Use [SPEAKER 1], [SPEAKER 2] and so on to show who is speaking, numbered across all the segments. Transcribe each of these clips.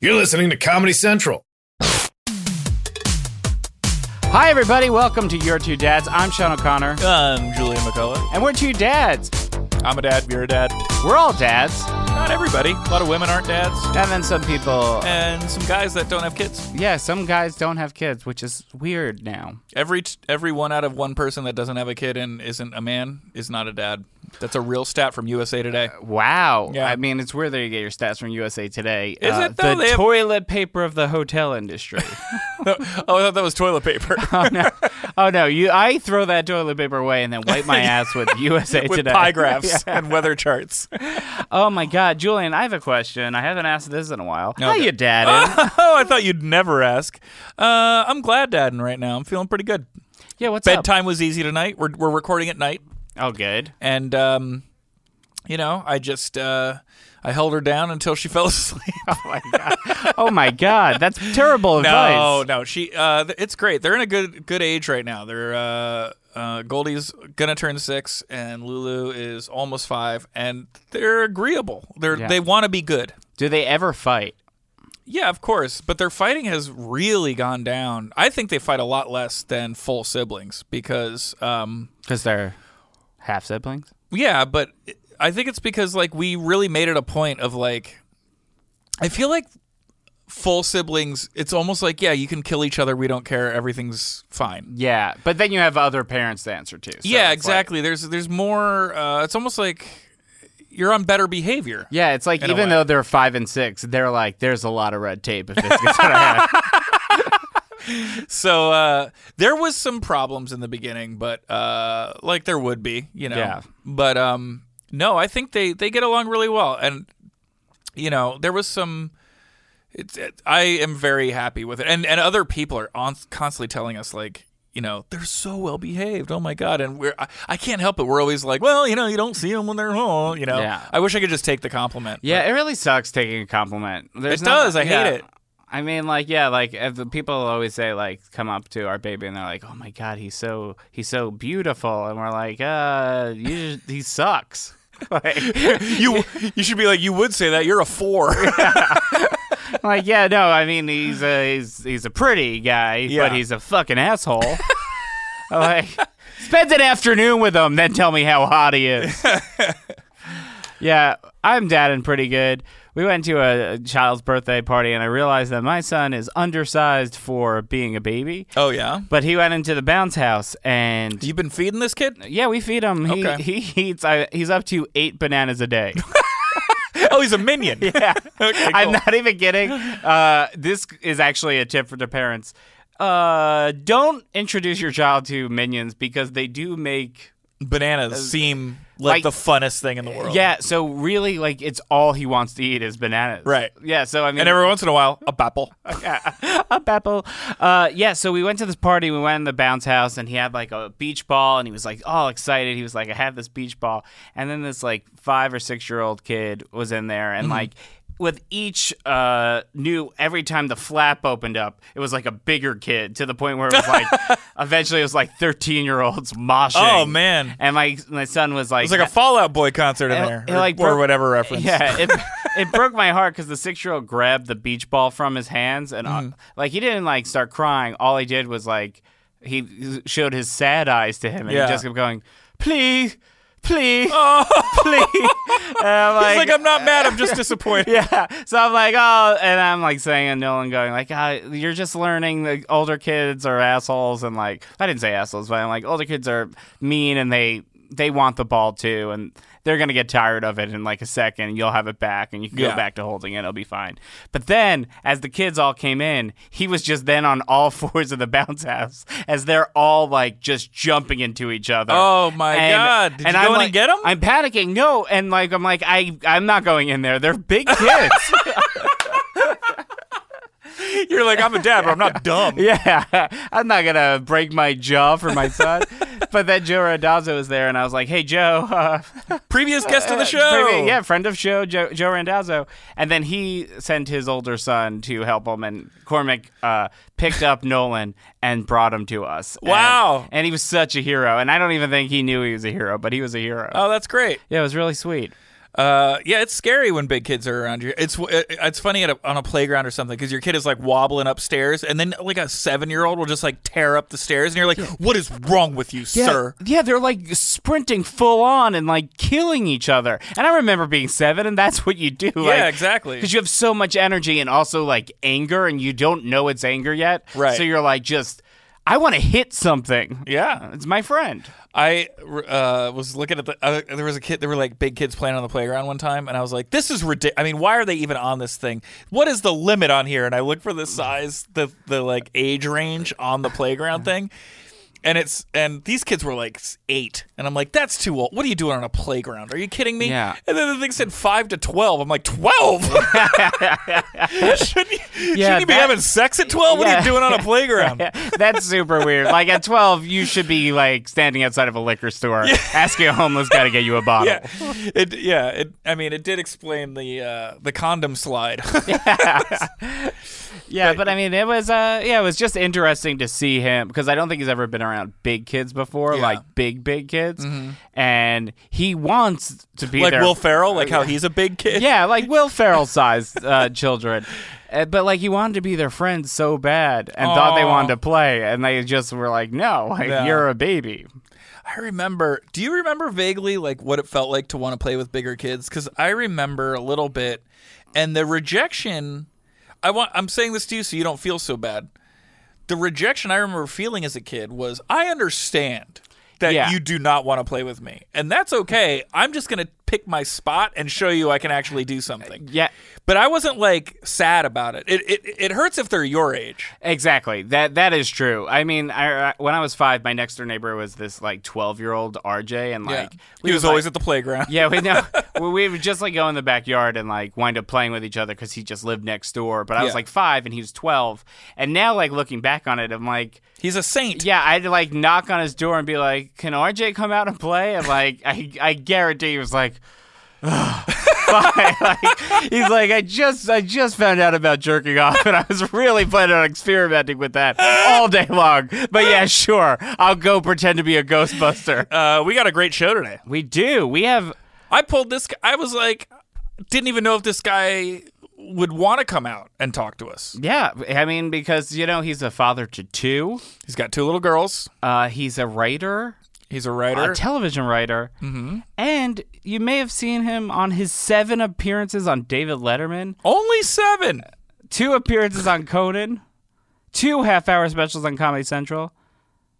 [SPEAKER 1] You're listening to Comedy Central.
[SPEAKER 2] Hi, everybody. Welcome to Your Two Dads. I'm Sean O'Connor,
[SPEAKER 3] Um, Julia McCullough.
[SPEAKER 2] and we're two dads.
[SPEAKER 3] I'm a dad. You're a dad.
[SPEAKER 2] We're all dads,
[SPEAKER 3] Not everybody. A lot of women aren't dads,
[SPEAKER 2] and then some people.
[SPEAKER 3] and some guys that don't have kids.
[SPEAKER 2] Yeah, some guys don't have kids, which is weird now.
[SPEAKER 3] Every every one out of one person that doesn't have a kid and isn't a man is not a dad. That's a real stat from USA Today.
[SPEAKER 2] Uh, Wow.
[SPEAKER 3] Yeah.
[SPEAKER 2] I mean, it's weird that you get your stats from USA Today. Uh,
[SPEAKER 3] Is it, though?
[SPEAKER 2] The
[SPEAKER 3] They have-
[SPEAKER 2] toilet paper of the hotel industry.
[SPEAKER 3] oh, I thought that was toilet paper
[SPEAKER 2] oh no, you! I throw that toilet paper away and then wipe my ass with USA
[SPEAKER 3] with
[SPEAKER 2] Today
[SPEAKER 3] pie graphs
[SPEAKER 2] Yeah.
[SPEAKER 3] and weather charts.
[SPEAKER 2] Oh my God, Julian, I have a question. I haven't asked this in a while. How
[SPEAKER 3] Okay.
[SPEAKER 2] you dadding?
[SPEAKER 3] oh, I thought you'd never ask. Uh, I'm glad dadding right now. I'm feeling pretty good.
[SPEAKER 2] yeah, what's up?
[SPEAKER 3] Bedtime was easy tonight. We're we're recording at night.
[SPEAKER 2] Oh, good.
[SPEAKER 3] and um, you know, I just uh, I held her down until she fell asleep.
[SPEAKER 2] Oh my God, that's terrible advice.
[SPEAKER 3] no, no, she. Uh, th- it's great. They're in a good good age right now. They're uh, uh, Goldie's gonna turn six, and Lulu is almost five, and they're agreeable. They're
[SPEAKER 2] Yeah.
[SPEAKER 3] they want to be good.
[SPEAKER 2] Do they ever fight?
[SPEAKER 3] Yeah, of course, but their fighting has really gone down. I think they fight a lot less than full siblings because um,
[SPEAKER 2] Because they're half siblings.
[SPEAKER 3] Yeah, but I think it's because like we really made it a point of like I feel like full siblings it's almost like yeah, you can kill each other, we don't care, everything's fine.
[SPEAKER 2] Yeah, but then you have other parents to answer to. so it's
[SPEAKER 3] yeah,
[SPEAKER 2] like-
[SPEAKER 3] exactly. there's there's more uh it's almost like you're on better behavior.
[SPEAKER 2] yeah, it's like
[SPEAKER 3] In a
[SPEAKER 2] even
[SPEAKER 3] way.
[SPEAKER 2] though they're five and six, they're like, there's a lot of red tape if this gets out of hand.
[SPEAKER 3] So uh there was some problems in the beginning, but uh like there would be, you know.
[SPEAKER 2] Yeah.
[SPEAKER 3] But um no, I think they they get along really well and you know, there was some it's it, I am very happy with it. And and other people are on, constantly telling us like you know they're so well behaved. Oh my god! And we're I, I can't help it. We're always like, well, you know, you don't see them when they're home. You know,
[SPEAKER 2] Yeah.
[SPEAKER 3] I wish I could just take the compliment.
[SPEAKER 2] Yeah, it really sucks taking a compliment. There's
[SPEAKER 3] It
[SPEAKER 2] not-
[SPEAKER 3] does, I hate
[SPEAKER 2] yeah.
[SPEAKER 3] it.
[SPEAKER 2] I mean, like, yeah, like if the people always say, like, come up to our baby and they're like, oh my god, he's so he's so beautiful, and we're like, uh, you just, he sucks. like,
[SPEAKER 3] you you should be like you would say that. You're a four.
[SPEAKER 2] like yeah no i mean he's a he's, he's a pretty guy
[SPEAKER 3] Yeah.
[SPEAKER 2] but he's a fucking asshole like spend an afternoon with him then tell me how hot he is yeah i'm dadding pretty good we went to a a child's birthday party and i realized that my son is undersized for being a baby
[SPEAKER 3] oh yeah.
[SPEAKER 2] but he went into the bounce house and
[SPEAKER 3] You've been feeding this kid?
[SPEAKER 2] yeah, we feed him. He,
[SPEAKER 3] Okay.
[SPEAKER 2] he eats. I, he's up to eight bananas a day.
[SPEAKER 3] Oh, he's a minion.
[SPEAKER 2] Yeah.
[SPEAKER 3] Okay,
[SPEAKER 2] I'm
[SPEAKER 3] cool.
[SPEAKER 2] not even kidding. Uh, this is actually a tip for the parents. Uh, don't introduce your child to minions because they do make.
[SPEAKER 3] Bananas seem like,
[SPEAKER 2] Uh, like-
[SPEAKER 3] the funnest thing in the world.
[SPEAKER 2] Yeah, so really, like, it's all he wants to eat is bananas.
[SPEAKER 3] Right.
[SPEAKER 2] Yeah, so I mean.
[SPEAKER 3] And every once in a while, a bapple.
[SPEAKER 2] up, Apple. Uh, yeah, so we went to this party. We went in the bounce house, and he had like a beach ball, and he was like all excited. He was like, "I have this beach ball," and then this like five or six year old kid was in there,
[SPEAKER 3] Mm-hmm.
[SPEAKER 2] and like. With each uh, new, every time the flap opened up, it was like a bigger kid to the point where it was like, eventually it was like 13 year olds moshing.
[SPEAKER 3] Oh, man.
[SPEAKER 2] And my, my son was like,
[SPEAKER 3] It's like a Fallout Boy concert in
[SPEAKER 2] It-
[SPEAKER 3] there,
[SPEAKER 2] it,
[SPEAKER 3] or,
[SPEAKER 2] like,
[SPEAKER 3] or
[SPEAKER 2] broke-
[SPEAKER 3] whatever reference.
[SPEAKER 2] Yeah, it, it broke my heart because the six year old grabbed the beach ball from his hands and uh, like he didn't like start crying. All he did was like he showed his sad eyes to him and
[SPEAKER 3] Yeah.
[SPEAKER 2] he just kept going, please, please, please. And I'm like,
[SPEAKER 3] It's Oh, like I'm not mad. I'm just disappointed.
[SPEAKER 2] yeah. So I'm like, oh, and I'm like saying and Nolan going like, ah, you're just learning the older kids are assholes and like I didn't say assholes, but I'm like older kids are mean and they they want the ball too and they're gonna get tired of it in like a second and you'll have it back and you can
[SPEAKER 3] Yeah.
[SPEAKER 2] go back to holding it, it'll be fine. But then as the kids all came in, he was just then on all fours of the bounce house as they're all like just jumping into each other.
[SPEAKER 3] Oh, my God. Did you go in and
[SPEAKER 2] like,
[SPEAKER 3] get 'em?
[SPEAKER 2] I'm panicking. No, and like I'm like I I'm not going in there. They're big kids.
[SPEAKER 3] You're like I'm a dad, but I'm not dumb.
[SPEAKER 2] yeah, I'm not gonna break my jaw for my son. but then Joe Randazzo was there, and I was like, "Hey, Joe, uh,
[SPEAKER 3] Previous guest of the show.
[SPEAKER 2] pretty- Uh, yeah, friend of show, Joe, Joe Randazzo." And then he sent his older son to help him, and Cormac uh, picked up Nolan and brought him to us. And-
[SPEAKER 3] Wow.
[SPEAKER 2] And, he was such a hero, and I don't even think he knew he was a hero, but he was a hero.
[SPEAKER 3] Oh, that's great.
[SPEAKER 2] Yeah, it was really sweet.
[SPEAKER 3] Uh, yeah, it's scary when big kids are around you. It's it- it's funny at a, on a playground or something because your kid is like wobbling upstairs, and then like a seven year old will just like tear up the stairs, and you're like, "What is wrong with you, sir?"
[SPEAKER 2] Yeah, they're like sprinting full on and like killing each other. And I remember being seven, and that's what you do.
[SPEAKER 3] Yeah, exactly.
[SPEAKER 2] Because you have so much energy and also like anger, and you don't know it's anger yet.
[SPEAKER 3] Right.
[SPEAKER 2] So you're like, just, I want to hit something.
[SPEAKER 3] Yeah,
[SPEAKER 2] It's my friend.
[SPEAKER 3] I uh, was looking at the. Uh, there was a kid. There were like big kids playing on the playground one time, and I was like, "This is ridiculous." I mean, why are they even on this thing? What is the limit on here? And I looked for the size, the the like age range on the playground thing, and it's and these kids were like s- eight, and I'm like, "That's too old. What are you doing on a playground? Are you kidding me?"
[SPEAKER 2] Yeah.
[SPEAKER 3] And then the thing said five to twelve. I'm like, twelve? shouldn't you, shouldn't you be
[SPEAKER 2] that-
[SPEAKER 3] having sex at twelve? What are
[SPEAKER 2] Yeah.
[SPEAKER 3] you doing on a playground?
[SPEAKER 2] That's super weird. Like at 12, you should be like standing outside of a liquor store asking a homeless guy to get you a bottle.
[SPEAKER 3] yeah, it yeah. It, I mean, it did explain the uh, the condom slide.
[SPEAKER 2] Yeah, but I mean, it was uh, yeah, it was just interesting to see him because I don't think he's ever been around big kids before,
[SPEAKER 3] Yeah. Mm-hmm.
[SPEAKER 2] like big big kids, and he wants to be
[SPEAKER 3] like
[SPEAKER 2] there.
[SPEAKER 3] Will Ferrell, like how he's a big kid.
[SPEAKER 2] yeah, like Will Ferrell sized uh, children, Uh, but like he wanted to be their friend so bad and thought they
[SPEAKER 3] Aw.
[SPEAKER 2] wanted to play, and they just were like, "No, like,
[SPEAKER 3] No.
[SPEAKER 2] you're a baby."
[SPEAKER 3] I remember. Do you remember vaguely like what it felt like to want to play with bigger kids? Because I remember a little bit, and the rejection. I want. I'm saying this to you so you don't feel so bad. The rejection I remember feeling as a kid was I understand that
[SPEAKER 2] Yeah.
[SPEAKER 3] you do not want to play with me, and that's okay. I'm just gonna pick my spot and show you I can actually do something.
[SPEAKER 2] Yeah,
[SPEAKER 3] But I wasn't like sad about it. It it, it hurts if they're your age.
[SPEAKER 2] Exactly. That that is true. I mean, I, I- when I was five, my next door neighbor was this like twelve year old RJ, and like
[SPEAKER 3] he was
[SPEAKER 2] would,
[SPEAKER 3] always
[SPEAKER 2] like-
[SPEAKER 3] at the playground.
[SPEAKER 2] yeah, we know. we- we would just like go in the backyard and like wind up playing with each other because he just lived next door. But I was
[SPEAKER 3] Yeah.
[SPEAKER 2] like five and he was twelve, and now like looking back on it, I'm like,
[SPEAKER 3] He's a saint.
[SPEAKER 2] yeah, I'd like knock on his door and be like, "Can RJ come out and play?" And like, I I guarantee he was like. "Ugh, fine." like, he's like, I just, I just found out about jerking off, and I was really planning on experimenting with that all day long. But yeah, sure, I'll go pretend to be a Ghostbuster.
[SPEAKER 3] Uh, we got a great show today.
[SPEAKER 2] We do. We have.
[SPEAKER 3] I pulled this. gu- I was like, didn't even know if this guy would want to come out and talk to us.
[SPEAKER 2] Yeah, I mean, because you know he's a father to two.
[SPEAKER 3] He's got two little girls.
[SPEAKER 2] Uh, he's a writer,
[SPEAKER 3] He's a
[SPEAKER 2] a
[SPEAKER 3] writer.
[SPEAKER 2] television writer,
[SPEAKER 3] Mm-hmm.
[SPEAKER 2] and you may have seen him on his seven appearances on David Letterman,
[SPEAKER 3] Only seven.
[SPEAKER 2] two appearances on Conan, two half-hour specials on Comedy Central,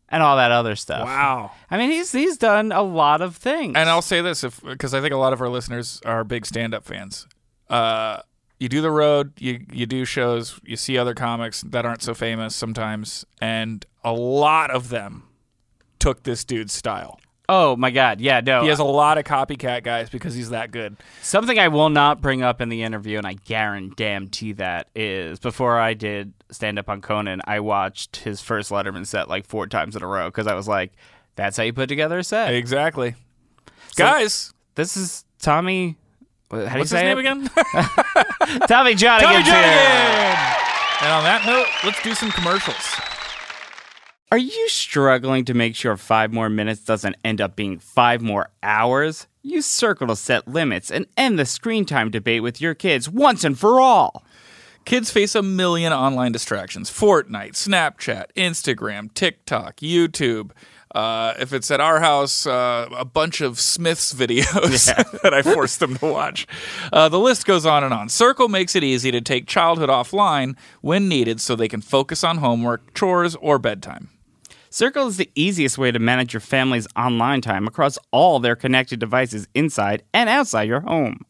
[SPEAKER 2] and all that other stuff.
[SPEAKER 3] Wow.
[SPEAKER 2] I mean, he's he's done a lot of things.
[SPEAKER 3] And I'll say this, if because I think a lot of our listeners are big stand-up fans. Uh, you do the road, you you do shows, you see other comics that aren't so famous sometimes, and a lot of them took this dude's style.
[SPEAKER 2] oh my God, yeah, no,
[SPEAKER 3] He has a lot of copycat guys because he's that good.
[SPEAKER 2] Something I will not bring up in the interview, and I guarantee that is before I did stand up on Conan, I watched his first Letterman set like four times in a row because I was like, "That's how you put together a set."
[SPEAKER 3] Exactly. guys,
[SPEAKER 2] This is Tommy. How do you
[SPEAKER 3] what's
[SPEAKER 2] say
[SPEAKER 3] his name
[SPEAKER 2] it?
[SPEAKER 3] again?
[SPEAKER 2] Tommy John
[SPEAKER 3] Tommy
[SPEAKER 2] again.
[SPEAKER 3] Jernigan! And on that note, let's do some commercials.
[SPEAKER 2] Are you struggling to make sure five more minutes doesn't end up being five more hours? Use Circle to set limits and end the screen time debate with your kids once and for all.
[SPEAKER 3] Kids face a million online distractions Fortnite, Snapchat, Instagram, TikTok, YouTube. Uh, if it's at our house, uh, a bunch of Smith's videos that I force them to watch. Uh, the list goes on and on. Circle makes it easy to take childhood offline when needed so they can focus on homework, chores, or bedtime.
[SPEAKER 2] Circle is the easiest way to manage your family's online time across all their connected devices inside and outside your home.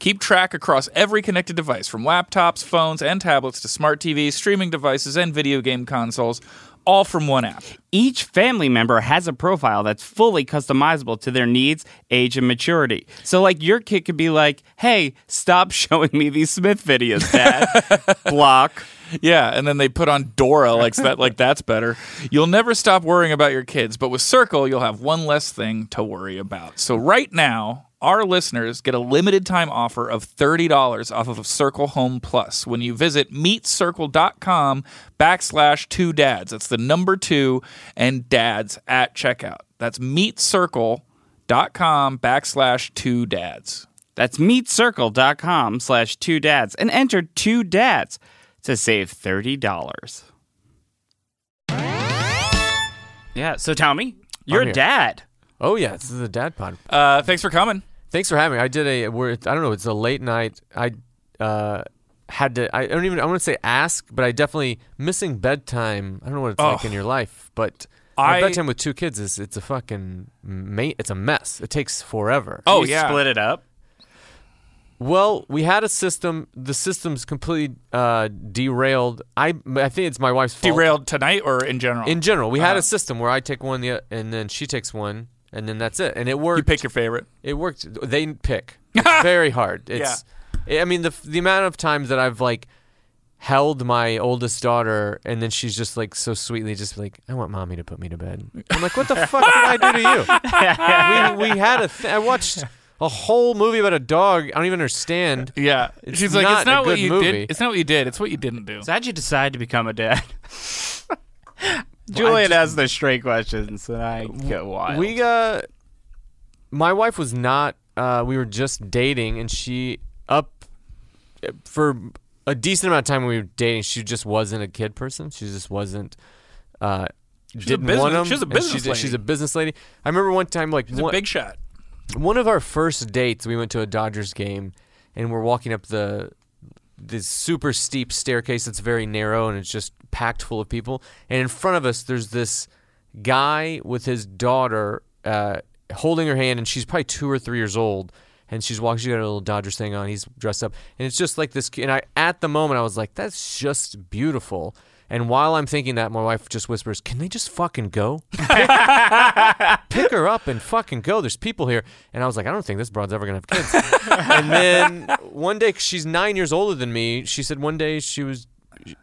[SPEAKER 3] Keep track across every connected device, from laptops, phones, and tablets to smart TVs, streaming devices, and video game consoles, all from one app.
[SPEAKER 2] Each family member has a profile that's fully customizable to their needs, age, and maturity. So, like, your kid could be like, hey, stop showing me these Smith videos, Dad. Block.
[SPEAKER 3] Yeah, and then they put on Dora like that like that's better. You'll never stop worrying about your kids, but with Circle, you'll have one less thing to worry about. So right now, our listeners get a limited time offer of $30 off of Circle Home Plus when you visit meetcircle.com backslash two dads. That's the number two and dads at checkout. That's meetcircle.com backslash two dads.
[SPEAKER 2] That's meetcircle.com slash two dads and enter two dads to save $30. Yeah, so Tommy, you're
[SPEAKER 4] here.
[SPEAKER 2] a dad.
[SPEAKER 4] Oh yeah, this is a dad pod.
[SPEAKER 3] Uh, thanks for coming.
[SPEAKER 4] Thanks for having me. I did a we're, I don't know. It's a late night. I uh, had to. I don't even. I want to say ask, but I definitely missing bedtime. I don't know what it's like
[SPEAKER 3] Oh.
[SPEAKER 4] in your life, but my
[SPEAKER 3] I-
[SPEAKER 4] bedtime with two kids is it's a fucking ma- it's a mess. It takes forever.
[SPEAKER 3] Oh
[SPEAKER 2] you
[SPEAKER 3] yeah.
[SPEAKER 2] Split it up.
[SPEAKER 4] Well, we had a system. The system's completely uh, derailed. I I think it's my wife's fault.
[SPEAKER 3] Derailed Uh. tonight or in general?
[SPEAKER 4] In general, we had a system where I take one, the and then she takes one, and then that's it. And it worked.
[SPEAKER 3] you pick your favorite.
[SPEAKER 4] It worked. They pick. It's very hard. It's. I mean, the the amount of times that I've like held my oldest daughter, and then she's just like so sweetly, just like, "I want mommy to put me to bed." I'm like, "What the fuck did I do to you?" we we had a. Th- I watched a whole movie about a dog. I don't even understand.
[SPEAKER 3] Yeah.
[SPEAKER 4] It's
[SPEAKER 3] She's like,
[SPEAKER 4] not
[SPEAKER 3] it's not
[SPEAKER 4] a
[SPEAKER 3] what
[SPEAKER 4] good
[SPEAKER 3] you
[SPEAKER 4] movie.
[SPEAKER 3] did. It's not what you did. It's what you didn't do.
[SPEAKER 2] So how'd you decide to become a dad? Julian has the straight questions, and I go wild.
[SPEAKER 4] We uh, my wife was not. Uh, we were just dating, and she up for a decent amount of time. When we were dating, she just wasn't a kid person. She just wasn't. Uh, didn't
[SPEAKER 3] business-
[SPEAKER 4] want 'em,
[SPEAKER 3] she's a
[SPEAKER 4] and
[SPEAKER 3] business
[SPEAKER 4] she's, she's
[SPEAKER 3] lady.
[SPEAKER 4] a business lady. I remember one time, like
[SPEAKER 3] It's a
[SPEAKER 4] one,
[SPEAKER 3] big shot.
[SPEAKER 4] one of our first dates, we went to a Dodgers game, and we're walking up the this super steep staircase that's very narrow and it's just packed full of people. And in front of us, there's this guy with his daughter uh, holding her hand, and she's probably two or three years old. And she's walking. She got a little Dodgers thing on. He's dressed up, and it's just like this. And I, at the moment, I was like, "That's just beautiful." And while I'm thinking that, my wife just whispers, "Can they just fucking go?" pick her up and fucking go. There's people here. And I was like, I don't think this broad's ever going to have kids. and then one day, 'cause she's nine years older than me. She said one day she was,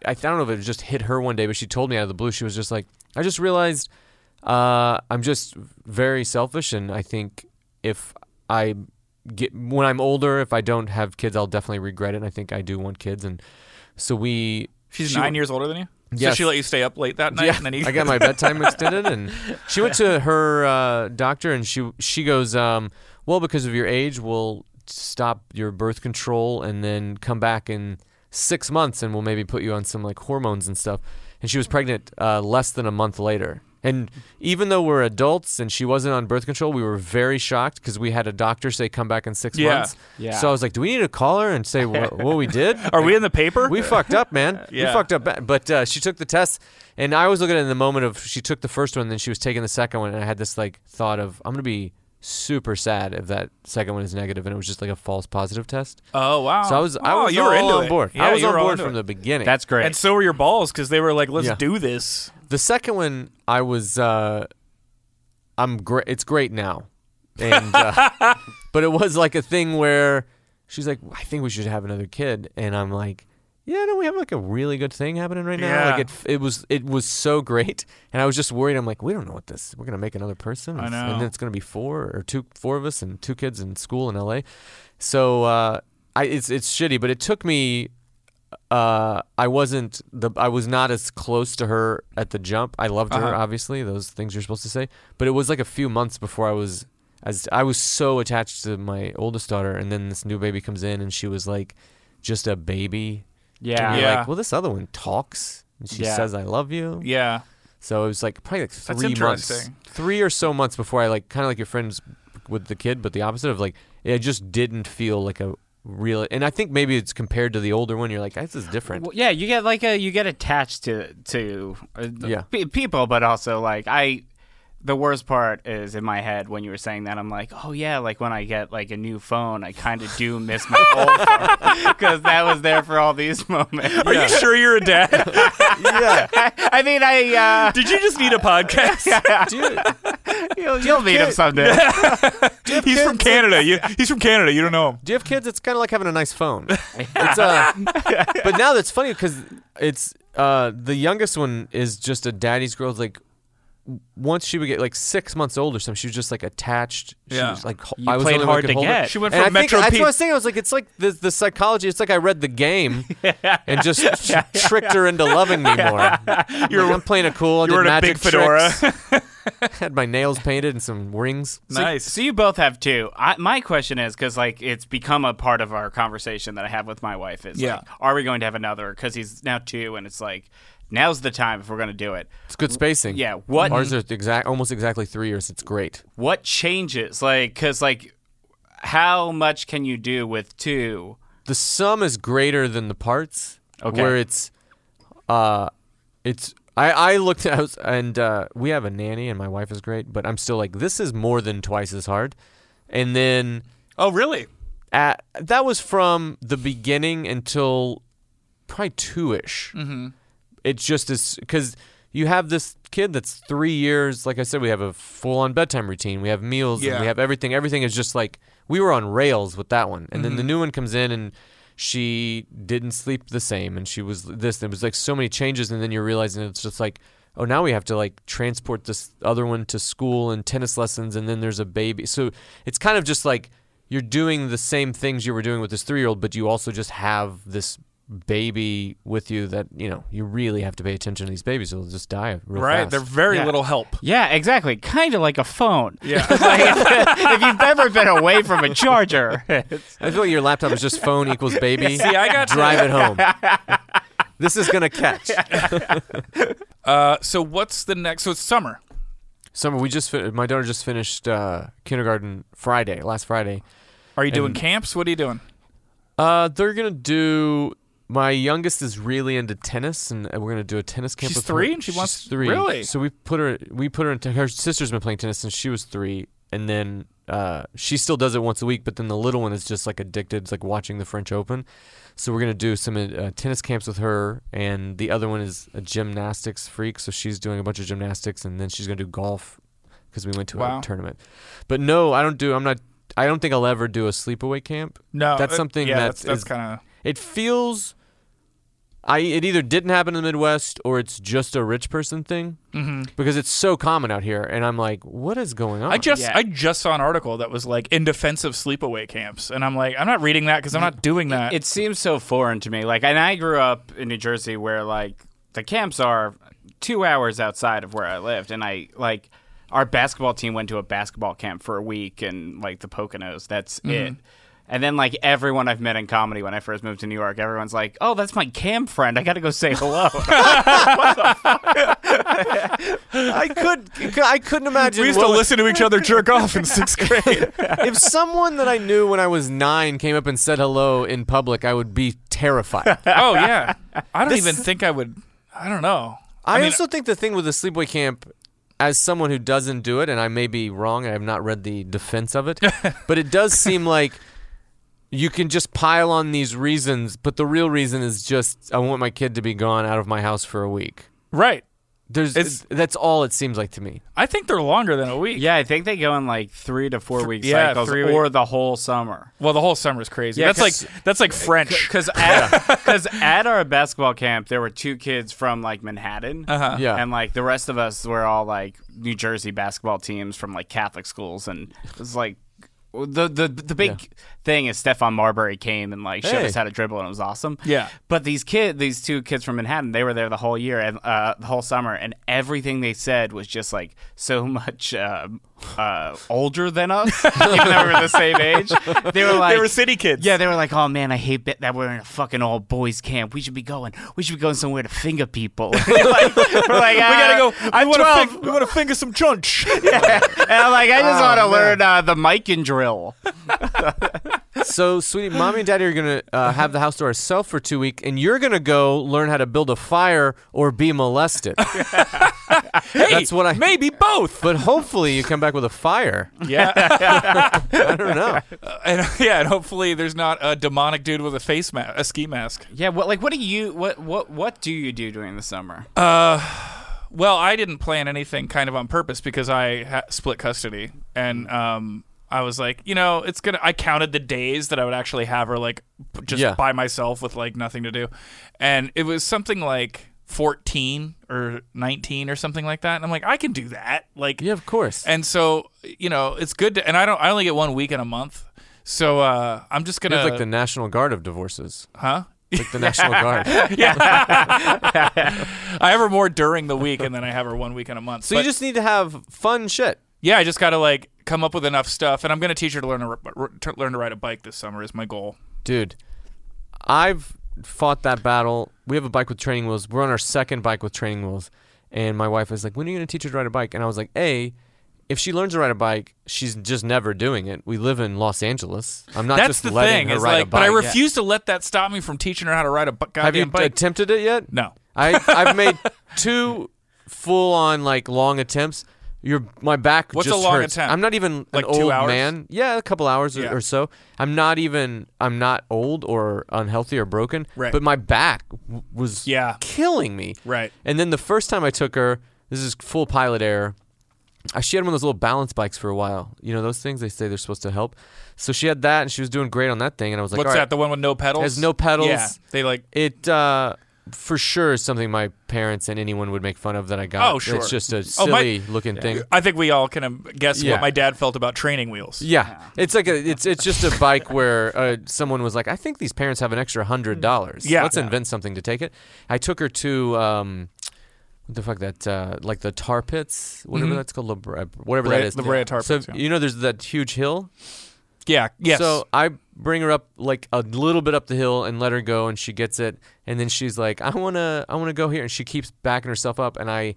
[SPEAKER 4] I don't know if it just hit her one day, but she told me out of the blue, she was just like, I just realized uh, I'm just very selfish. And I think if I get, when I'm older, if I don't have kids, I'll definitely regret it. And I think I do want kids. And so we.
[SPEAKER 3] She's
[SPEAKER 4] she-
[SPEAKER 3] nine years older than you. So
[SPEAKER 4] Yes.
[SPEAKER 3] she let you stay up late that night,
[SPEAKER 4] Yeah,
[SPEAKER 3] and then you
[SPEAKER 4] I got my bedtime extended, and she went to her uh, doctor, and she she goes, um, well, because of your age, we'll stop your birth control, and then come back in six months, and we'll maybe put you on some like hormones and stuff. And she was pregnant uh, less than a month later. And even though we're adults and she wasn't on birth control, we were very shocked because we had a doctor say come back in six
[SPEAKER 3] Yeah.
[SPEAKER 4] months.
[SPEAKER 2] Yeah.
[SPEAKER 4] So I was like, do we need to call her and say what, what we did?
[SPEAKER 3] Are we in the paper?
[SPEAKER 4] We fucked up, man.
[SPEAKER 3] Yeah.
[SPEAKER 4] We fucked up. ba- But uh, she took the test, and I was looking at it in the moment of she took the first one, then she was taking the second one, and I had this like thought of I'm gonna be super sad if that second one is negative, and it was just like a false positive test.
[SPEAKER 3] oh wow.
[SPEAKER 4] So I was, I
[SPEAKER 3] Wow,
[SPEAKER 4] was
[SPEAKER 3] you were
[SPEAKER 4] all
[SPEAKER 3] into
[SPEAKER 4] on
[SPEAKER 3] it.
[SPEAKER 4] board.
[SPEAKER 3] Yeah,
[SPEAKER 4] I was
[SPEAKER 3] you
[SPEAKER 4] on
[SPEAKER 3] were all
[SPEAKER 4] board
[SPEAKER 3] into
[SPEAKER 4] from
[SPEAKER 3] it.
[SPEAKER 4] the beginning.
[SPEAKER 2] That's great.
[SPEAKER 3] And so were your balls because they were like, let's
[SPEAKER 4] Yeah.
[SPEAKER 3] do this.
[SPEAKER 4] the second one. I was, uh, I'm great. It's great now, and uh, but it was like a thing where she's like, I think we should have another kid, and I'm like. yeah, no, we have like a really good thing happening right now. Like
[SPEAKER 3] Yeah.
[SPEAKER 4] it, it was, it was so great, and I was just worried. I'm like, we don't know what this. We're gonna make another person,
[SPEAKER 3] I
[SPEAKER 4] and
[SPEAKER 3] know.
[SPEAKER 4] then it's gonna be four or two, four of us, and two kids in school in L.A. So uh, I, it's it's shitty, but it took me. Uh, I wasn't the I was not as close to her at the jump. I loved her,
[SPEAKER 3] Uh-huh.
[SPEAKER 4] obviously. Those things you're supposed to say, but it was like a few months before I was as I was so attached to my oldest daughter, and then this new baby comes in, and she was like just a baby
[SPEAKER 2] yeah.
[SPEAKER 4] and you're
[SPEAKER 3] Yeah.
[SPEAKER 4] like, well, this other one talks. And she
[SPEAKER 2] Yeah.
[SPEAKER 4] says, "I love you."
[SPEAKER 3] Yeah.
[SPEAKER 4] So it was like probably like three months,
[SPEAKER 3] interesting.
[SPEAKER 4] three or so months before I like kind of like your friends with the kid, but the opposite of like I just didn't feel like a real. And I think maybe it's compared to the older one. You're like, this is different.
[SPEAKER 2] Well, yeah, you get like a you get attached to to uh, the
[SPEAKER 4] Yeah.
[SPEAKER 2] pe- people, but also like I. The worst part is in my head when you were saying that I'm like, oh yeah, like when I get like a new phone, I kind of do miss my old phone because that was there for all these moments.
[SPEAKER 3] Are you sure you're a dad?
[SPEAKER 2] I mean, I
[SPEAKER 3] Did you just need a podcast?
[SPEAKER 4] Dude,
[SPEAKER 2] uh, you'll, you'll meet him someday.
[SPEAKER 3] He's from Canada. You, he's from Canada. You don't know him.
[SPEAKER 4] do you have kids? It's kind of like having a nice phone. it's, uh, but now that's funny because it's uh, the youngest one is just a daddy's girl. Like once she would get like six months old or something, she was just like attached. She
[SPEAKER 3] Yeah.
[SPEAKER 4] was like ho-
[SPEAKER 2] You
[SPEAKER 4] I was the
[SPEAKER 2] played
[SPEAKER 4] only one who
[SPEAKER 2] hard
[SPEAKER 4] could
[SPEAKER 2] to
[SPEAKER 4] hold her.
[SPEAKER 2] get.
[SPEAKER 3] She went
[SPEAKER 4] And
[SPEAKER 3] from
[SPEAKER 4] I think-
[SPEAKER 3] Metro
[SPEAKER 4] That's what I
[SPEAKER 3] P.
[SPEAKER 4] was saying. I was like, it's like the the psychology. It's like I read the game and just tricked her into loving me more. You're, I'm playing a cool. I
[SPEAKER 3] you
[SPEAKER 4] did
[SPEAKER 3] were in a
[SPEAKER 4] magic
[SPEAKER 3] big fedora.
[SPEAKER 4] tricks. Had my nails painted and some rings.
[SPEAKER 2] So-
[SPEAKER 3] Nice.
[SPEAKER 2] So you both have two. I, my question is because like it's become a part of our conversation that I have with my wife is
[SPEAKER 3] Yeah.
[SPEAKER 2] like, are we going to have another? Because he's now two, and it's like now's the time if we're going to do it.
[SPEAKER 4] It's good spacing.
[SPEAKER 2] Yeah. What
[SPEAKER 4] Ours are exact, almost exactly three years. It's great.
[SPEAKER 2] what changes? Like because like how much can you do with two?
[SPEAKER 4] The sum is greater than the parts.
[SPEAKER 2] Okay.
[SPEAKER 4] Where it's, uh, it's. I, I looked at I was- and uh, we have a nanny and my wife is great, but I'm still like this is more than twice as hard. And then
[SPEAKER 3] Oh, really?
[SPEAKER 4] at, that was from the beginning until probably two ish. Mm-hmm. It just is because you have this kid that's three years. Like I said, we have a full on bedtime routine. We have meals. And
[SPEAKER 3] Yeah.
[SPEAKER 4] we have everything. Everything is just like we were on rails with that one. And then
[SPEAKER 3] Mm-hmm.
[SPEAKER 4] the new one comes in and she didn't sleep the same. And she was this. There was like so many changes. And then you're realizing it's just like. Oh, now we have to like transport this other one to school and tennis lessons, and then there's a baby. So it's kind of just like you're doing the same things you were doing with this three year old, but you also just have this baby with you that you know you really have to pay attention to these babies. They'll just die real
[SPEAKER 3] Right.
[SPEAKER 4] fast.
[SPEAKER 3] They're very
[SPEAKER 2] Yeah.
[SPEAKER 3] little help.
[SPEAKER 2] Yeah, exactly. Kind of like a phone.
[SPEAKER 3] Yeah.
[SPEAKER 2] Like, if you've ever been away from a charger, it's-
[SPEAKER 4] I feel like your laptop is just phone equals baby.
[SPEAKER 3] See, I got to-
[SPEAKER 4] drive it home. this is gonna catch.
[SPEAKER 3] Uh, so what's the next? So it's summer.
[SPEAKER 4] Summer, we just fin- my daughter just finished uh, kindergarten Friday, last Friday.
[SPEAKER 3] Are you doing
[SPEAKER 4] And-
[SPEAKER 3] camps? What are you doing?
[SPEAKER 4] Uh, they're gonna do. My youngest is really into tennis, and uh, we're gonna do a tennis camp.
[SPEAKER 3] She's
[SPEAKER 4] with
[SPEAKER 3] three
[SPEAKER 4] her.
[SPEAKER 3] and she wants-
[SPEAKER 4] She's three.
[SPEAKER 3] really?
[SPEAKER 4] So we put her. We put her into. Her sister's been playing tennis since she was three, and then uh, she still does it once a week. But then the little one is just like addicted, it's like watching the French Open. So we're gonna do some uh, tennis camps with her, and the other one is a gymnastics freak. So she's doing a bunch of gymnastics, and then she's gonna do golf because we went to
[SPEAKER 3] Wow.
[SPEAKER 4] a tournament. But no, I don't do. I'm not. I don't think I'll ever do a sleepaway camp.
[SPEAKER 3] No,
[SPEAKER 4] That's
[SPEAKER 3] uh,
[SPEAKER 4] something
[SPEAKER 3] yeah,
[SPEAKER 4] that's-
[SPEAKER 3] that's, that's
[SPEAKER 4] is-
[SPEAKER 3] kind of
[SPEAKER 4] It feels I it either didn't happen in the Midwest or it's just a rich person thing because it's so common out here and I'm like what is going on?
[SPEAKER 3] Mm-hmm. I just
[SPEAKER 2] Yeah.
[SPEAKER 3] I just saw an article that was like in defense of sleepaway camps, and I'm like, I'm not reading that because I'm not doing that.
[SPEAKER 2] it seems so foreign to me. Like, and I grew up in New Jersey where like the camps are two hours outside of where I lived, and I like our basketball team went to a basketball camp for a week, and like the Poconos. That's it. And then, like everyone I've met in comedy when I first moved to New York, everyone's like, "Oh, that's my camp friend. I got to go say hello."
[SPEAKER 4] I could I couldn't imagine
[SPEAKER 3] we used to
[SPEAKER 4] what-
[SPEAKER 3] listen to each other jerk off in sixth grade.
[SPEAKER 4] if someone that I knew when I was 9 came up and said hello in public I would be terrified.
[SPEAKER 3] oh yeah, I don't even think I would. I don't know.
[SPEAKER 4] I,
[SPEAKER 3] mean-
[SPEAKER 4] also think the thing with the sleepaway camp, as someone who doesn't do it, and I may be wrong, I have not read the defense of it, but it does seem like you can just pile on these reasons, but the real reason is just I want my kid to be gone out of my house for a week.
[SPEAKER 3] Right.
[SPEAKER 4] There's
[SPEAKER 3] It's-
[SPEAKER 4] that's all it seems like to me.
[SPEAKER 3] I think they're longer than a week.
[SPEAKER 2] yeah, I think they go in like three to four week
[SPEAKER 3] yeah,
[SPEAKER 2] cycles,
[SPEAKER 3] three
[SPEAKER 2] or
[SPEAKER 3] week-
[SPEAKER 2] the whole summer.
[SPEAKER 3] Well, the whole summer's crazy.
[SPEAKER 2] Yeah,
[SPEAKER 3] that's like
[SPEAKER 2] 'cause-
[SPEAKER 3] that's like French.
[SPEAKER 2] because at, 'cause at our basketball camp there were two kids from like manhattan
[SPEAKER 3] Uh-huh.
[SPEAKER 4] Yeah.
[SPEAKER 2] and like the rest of us were all like new jersey basketball teams from like catholic schools and it was like the the the big thing is Stefan Marbury came and like showed
[SPEAKER 4] Hey.
[SPEAKER 2] us how to dribble and it was awesome.
[SPEAKER 3] Yeah.
[SPEAKER 2] But these kid these two kids from Manhattan, they were there the whole year and uh, the whole summer and everything they said was just like so much uh, uh, older than us, even though we were the same age. They were like
[SPEAKER 3] They were city kids.
[SPEAKER 2] Yeah, they were like, "Oh man, I hate that- that we're in a fucking all boys camp. We should be going. We should be going somewhere to finger people." Like, we're like, we
[SPEAKER 3] we gotta go.
[SPEAKER 2] I'm
[SPEAKER 3] we wanna
[SPEAKER 2] twelve,
[SPEAKER 3] fing- we want to finger some chunch.
[SPEAKER 2] and I'm like, I
[SPEAKER 3] Oh,
[SPEAKER 2] just want to learn uh, the mic and drill.
[SPEAKER 4] So, sweetie, mommy and daddy are gonna uh, have the house to ourselves for two weeks, and you're gonna go learn how to build a fire or be molested.
[SPEAKER 3] hey,
[SPEAKER 4] That's what I-
[SPEAKER 3] maybe both.
[SPEAKER 4] but hopefully, you come back with a fire.
[SPEAKER 3] Yeah,
[SPEAKER 4] I don't know.
[SPEAKER 3] and yeah, and hopefully there's not a demonic dude with a face mask, a ski mask.
[SPEAKER 2] Yeah, what like what do you what what what do you do during the summer?
[SPEAKER 3] Uh, Well, I didn't plan anything kind of on purpose because I ha- split custody, and
[SPEAKER 4] Mm-hmm.
[SPEAKER 3] um, I was like, you know, it's gonna. I counted the days that I would actually have her like p- just
[SPEAKER 4] Yeah.
[SPEAKER 3] by myself with like nothing to do, and it was something like fourteen or nineteen or something like that. And I'm like, I can do that. Like,
[SPEAKER 4] Yeah, of course.
[SPEAKER 3] And so you know, it's good to. And I don't. I only get one week in a month, so uh, I'm just gonna
[SPEAKER 4] It's like the National Guard of divorces.
[SPEAKER 3] huh?
[SPEAKER 4] like the National Guard.
[SPEAKER 3] I have her more during the week, and then I have her one week in a month.
[SPEAKER 4] So
[SPEAKER 3] But-
[SPEAKER 4] you just need to have fun shit.
[SPEAKER 3] yeah, I just gotta like come up with enough stuff, and I'm gonna teach her to learn to, r- r- to learn to ride a bike this summer is my goal.
[SPEAKER 4] Dude, I've fought that battle. We have a bike with training wheels. We're on our second bike with training wheels. And my wife was like, When are you going to teach her to ride a bike? And I was like, A, if she learns to ride a bike, she's just never doing it. We live in Los Angeles. I'm not
[SPEAKER 3] That's
[SPEAKER 4] just
[SPEAKER 3] the
[SPEAKER 4] letting
[SPEAKER 3] thing.
[SPEAKER 4] her
[SPEAKER 3] Is
[SPEAKER 4] ride a
[SPEAKER 3] like, but
[SPEAKER 4] bike.
[SPEAKER 3] I refuse to let that stop me from teaching her how to ride a bu- goddamn
[SPEAKER 4] have you
[SPEAKER 3] bike.
[SPEAKER 4] attempted it yet?
[SPEAKER 3] no.
[SPEAKER 4] I, I've made two full on, like, long attempts. Your my back
[SPEAKER 3] What's a
[SPEAKER 4] just
[SPEAKER 3] long
[SPEAKER 4] hurts.
[SPEAKER 3] attempt?
[SPEAKER 4] I'm not even
[SPEAKER 3] Like
[SPEAKER 4] an
[SPEAKER 3] two
[SPEAKER 4] old
[SPEAKER 3] hours?
[SPEAKER 4] man. Yeah, a couple hours or-
[SPEAKER 3] Yeah.
[SPEAKER 4] or so. I'm not even. I'm not old or unhealthy or broken.
[SPEAKER 3] Right.
[SPEAKER 4] But my back w- was
[SPEAKER 3] Yeah.
[SPEAKER 4] killing me.
[SPEAKER 3] Right.
[SPEAKER 4] And then the first time I took her, this is full pilot error. I, she had one of those little balance bikes for a while. You know those things they say they're supposed to help. So she had that, and she was doing great on that thing. And I was like,
[SPEAKER 3] What's
[SPEAKER 4] all
[SPEAKER 3] that?
[SPEAKER 4] right,
[SPEAKER 3] The one with no pedals?
[SPEAKER 4] Has no pedals.
[SPEAKER 3] Yeah. They like.
[SPEAKER 4] it uh, for sure is something my parents and anyone would make fun of that I got.
[SPEAKER 3] Oh, sure.
[SPEAKER 4] It's just a
[SPEAKER 3] Oh, my-
[SPEAKER 4] silly looking thing.
[SPEAKER 3] I think we all can um, guess
[SPEAKER 4] Yeah.
[SPEAKER 3] what my dad felt about training wheels.
[SPEAKER 4] Yeah. it's like a it's it's just a bike where uh, someone was like, I think these parents have an extra hundred dollars.
[SPEAKER 3] Yeah.
[SPEAKER 4] let's
[SPEAKER 3] Yeah.
[SPEAKER 4] invent something to take it. I took her to um, what the fuck that uh, like the tar pits, whatever that's called, La Brea- whatever
[SPEAKER 3] Brea-
[SPEAKER 4] that is,
[SPEAKER 3] La Brea Mm-hmm. tar
[SPEAKER 4] So
[SPEAKER 3] pits, yeah.
[SPEAKER 4] you know, there's that huge hill.
[SPEAKER 3] Yeah. Yes.
[SPEAKER 4] So I bring her up like a little bit up the hill and let her go, and she gets it, and then she's like, I wanna, I wanna go here, and she keeps backing herself up, and I,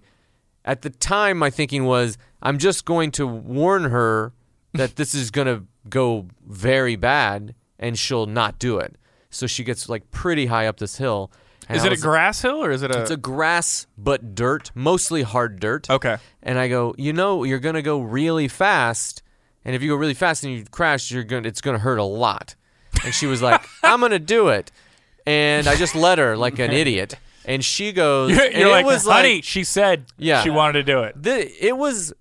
[SPEAKER 4] at the time, my thinking was, I'm just going to warn her that this is gonna go very bad, and she'll not do it. So she gets like pretty high up this hill. and
[SPEAKER 3] is
[SPEAKER 4] I
[SPEAKER 3] it a
[SPEAKER 4] was-
[SPEAKER 3] grass hill or is it a?
[SPEAKER 4] It's a grass, but dirt, mostly hard dirt.
[SPEAKER 3] okay.
[SPEAKER 4] And I go, you know, you're gonna go really fast, and if you go really fast and you crash, you're gonna it's gonna hurt a lot. And she was like, I'm gonna do it, and I just let her like an idiot. And she goes,
[SPEAKER 3] You're,
[SPEAKER 4] and
[SPEAKER 3] you're
[SPEAKER 4] it
[SPEAKER 3] like,
[SPEAKER 4] was
[SPEAKER 3] honey. she said.
[SPEAKER 4] Yeah.
[SPEAKER 3] She wanted to do it.
[SPEAKER 4] the, it was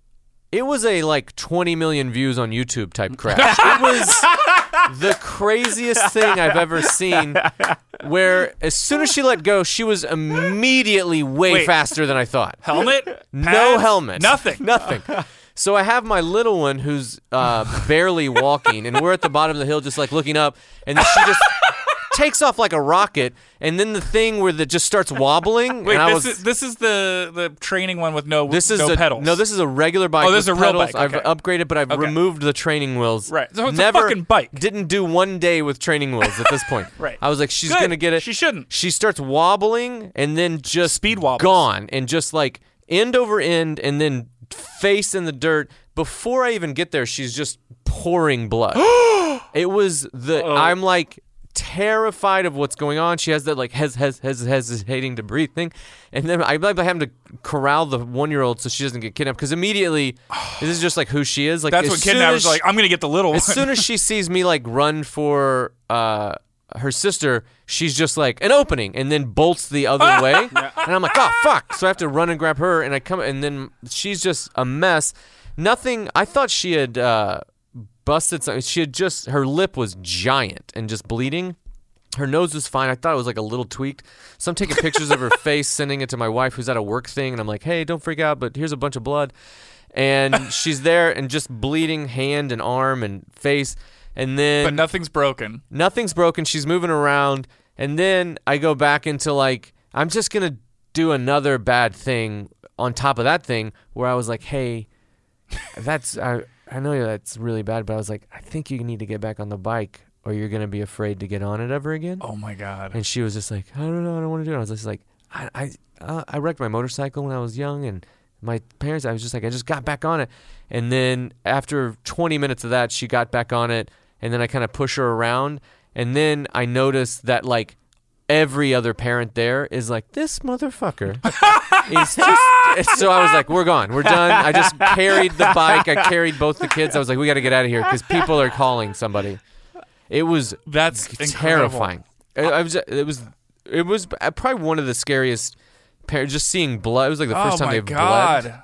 [SPEAKER 4] it was a like 20 million views on YouTube type crash. it was the craziest thing I've ever seen. Where as soon as she let go, she was immediately way
[SPEAKER 3] Wait.
[SPEAKER 4] faster than I thought.
[SPEAKER 3] Helmet?
[SPEAKER 4] No
[SPEAKER 3] Pads?
[SPEAKER 4] helmet.
[SPEAKER 3] Nothing.
[SPEAKER 4] Nothing. So I have my little one who's uh, barely walking, and we're at the bottom of the hill, just like looking up, and then she just takes off like a rocket, and then the thing where that just starts wobbling.
[SPEAKER 3] Wait,
[SPEAKER 4] and
[SPEAKER 3] this,
[SPEAKER 4] I was,
[SPEAKER 3] is, this is the the training one with no
[SPEAKER 4] this is
[SPEAKER 3] no
[SPEAKER 4] a,
[SPEAKER 3] pedals.
[SPEAKER 4] No, this is a regular bike.
[SPEAKER 3] Oh, this
[SPEAKER 4] with
[SPEAKER 3] is a real
[SPEAKER 4] pedals.
[SPEAKER 3] bike, okay.
[SPEAKER 4] I've upgraded, but I've
[SPEAKER 3] Okay.
[SPEAKER 4] removed the training wheels.
[SPEAKER 3] Right, so it's a
[SPEAKER 4] Never
[SPEAKER 3] fucking bike.
[SPEAKER 4] Didn't do one day with training wheels at this point.
[SPEAKER 3] Right.
[SPEAKER 4] I was like, she's
[SPEAKER 3] Good.
[SPEAKER 4] gonna get it.
[SPEAKER 3] She shouldn't.
[SPEAKER 4] She starts wobbling and then just
[SPEAKER 3] Speed wobbles.
[SPEAKER 4] gone and just like end over end and then face in the dirt. Before I even get there, she's just pouring blood. it was the I'm like terrified of what's going on. She has that like hes hes hes hesitating to breathe thing, and then I like having to corral the one year old so she doesn't get kidnapped because immediately this is just like who she is. Like
[SPEAKER 3] That's
[SPEAKER 4] as
[SPEAKER 3] what
[SPEAKER 4] soon
[SPEAKER 3] kidnappers
[SPEAKER 4] as
[SPEAKER 3] are like. I'm gonna get the little one.
[SPEAKER 4] as soon as she sees me like run for uh, her sister, she's just like an opening, and then bolts the other way. And I'm like, oh fuck! So I have to run and grab her, and I come, and then she's just a mess. Nothing. I thought she had uh, busted something. She had just her lip was giant and just bleeding. Her nose was fine. I thought it was like a little tweaked. So I'm taking pictures of her face, sending it to my wife who's at a work thing, and I'm like, hey, don't freak out, but here's a bunch of blood. And she's there and just bleeding hand and arm and face. And then
[SPEAKER 3] but nothing's broken.
[SPEAKER 4] nothing's broken. She's moving around. And then I go back into like, I'm just going to do another bad thing on top of that thing where I was like, hey, that's, I, I know that's really bad, but I was like, I think you need to get back on the bike or you're going to be afraid to get on it ever again.
[SPEAKER 3] Oh my god.
[SPEAKER 4] And she was just like, I don't know, I don't want to do it. I was just like, I, I, uh, I wrecked my motorcycle when I was young, and my parents. I was just like, I just got back on it. And then after 20 minutes of that, she got back on it, and then I kind of push her around, and then I noticed that like every other parent there is like, this motherfucker. is just, so I was like, we're gone, we're done. I just carried the bike, I carried both the kids. I was like, we got to get out of here because people are calling somebody. It was
[SPEAKER 3] That's
[SPEAKER 4] terrifying. I, I was. It was. It was uh, probably one of the scariest. Pair, just seeing blood. It was like the
[SPEAKER 3] Incredible.
[SPEAKER 4] first
[SPEAKER 3] oh
[SPEAKER 4] time
[SPEAKER 3] my
[SPEAKER 4] they've
[SPEAKER 3] god.
[SPEAKER 4] bled.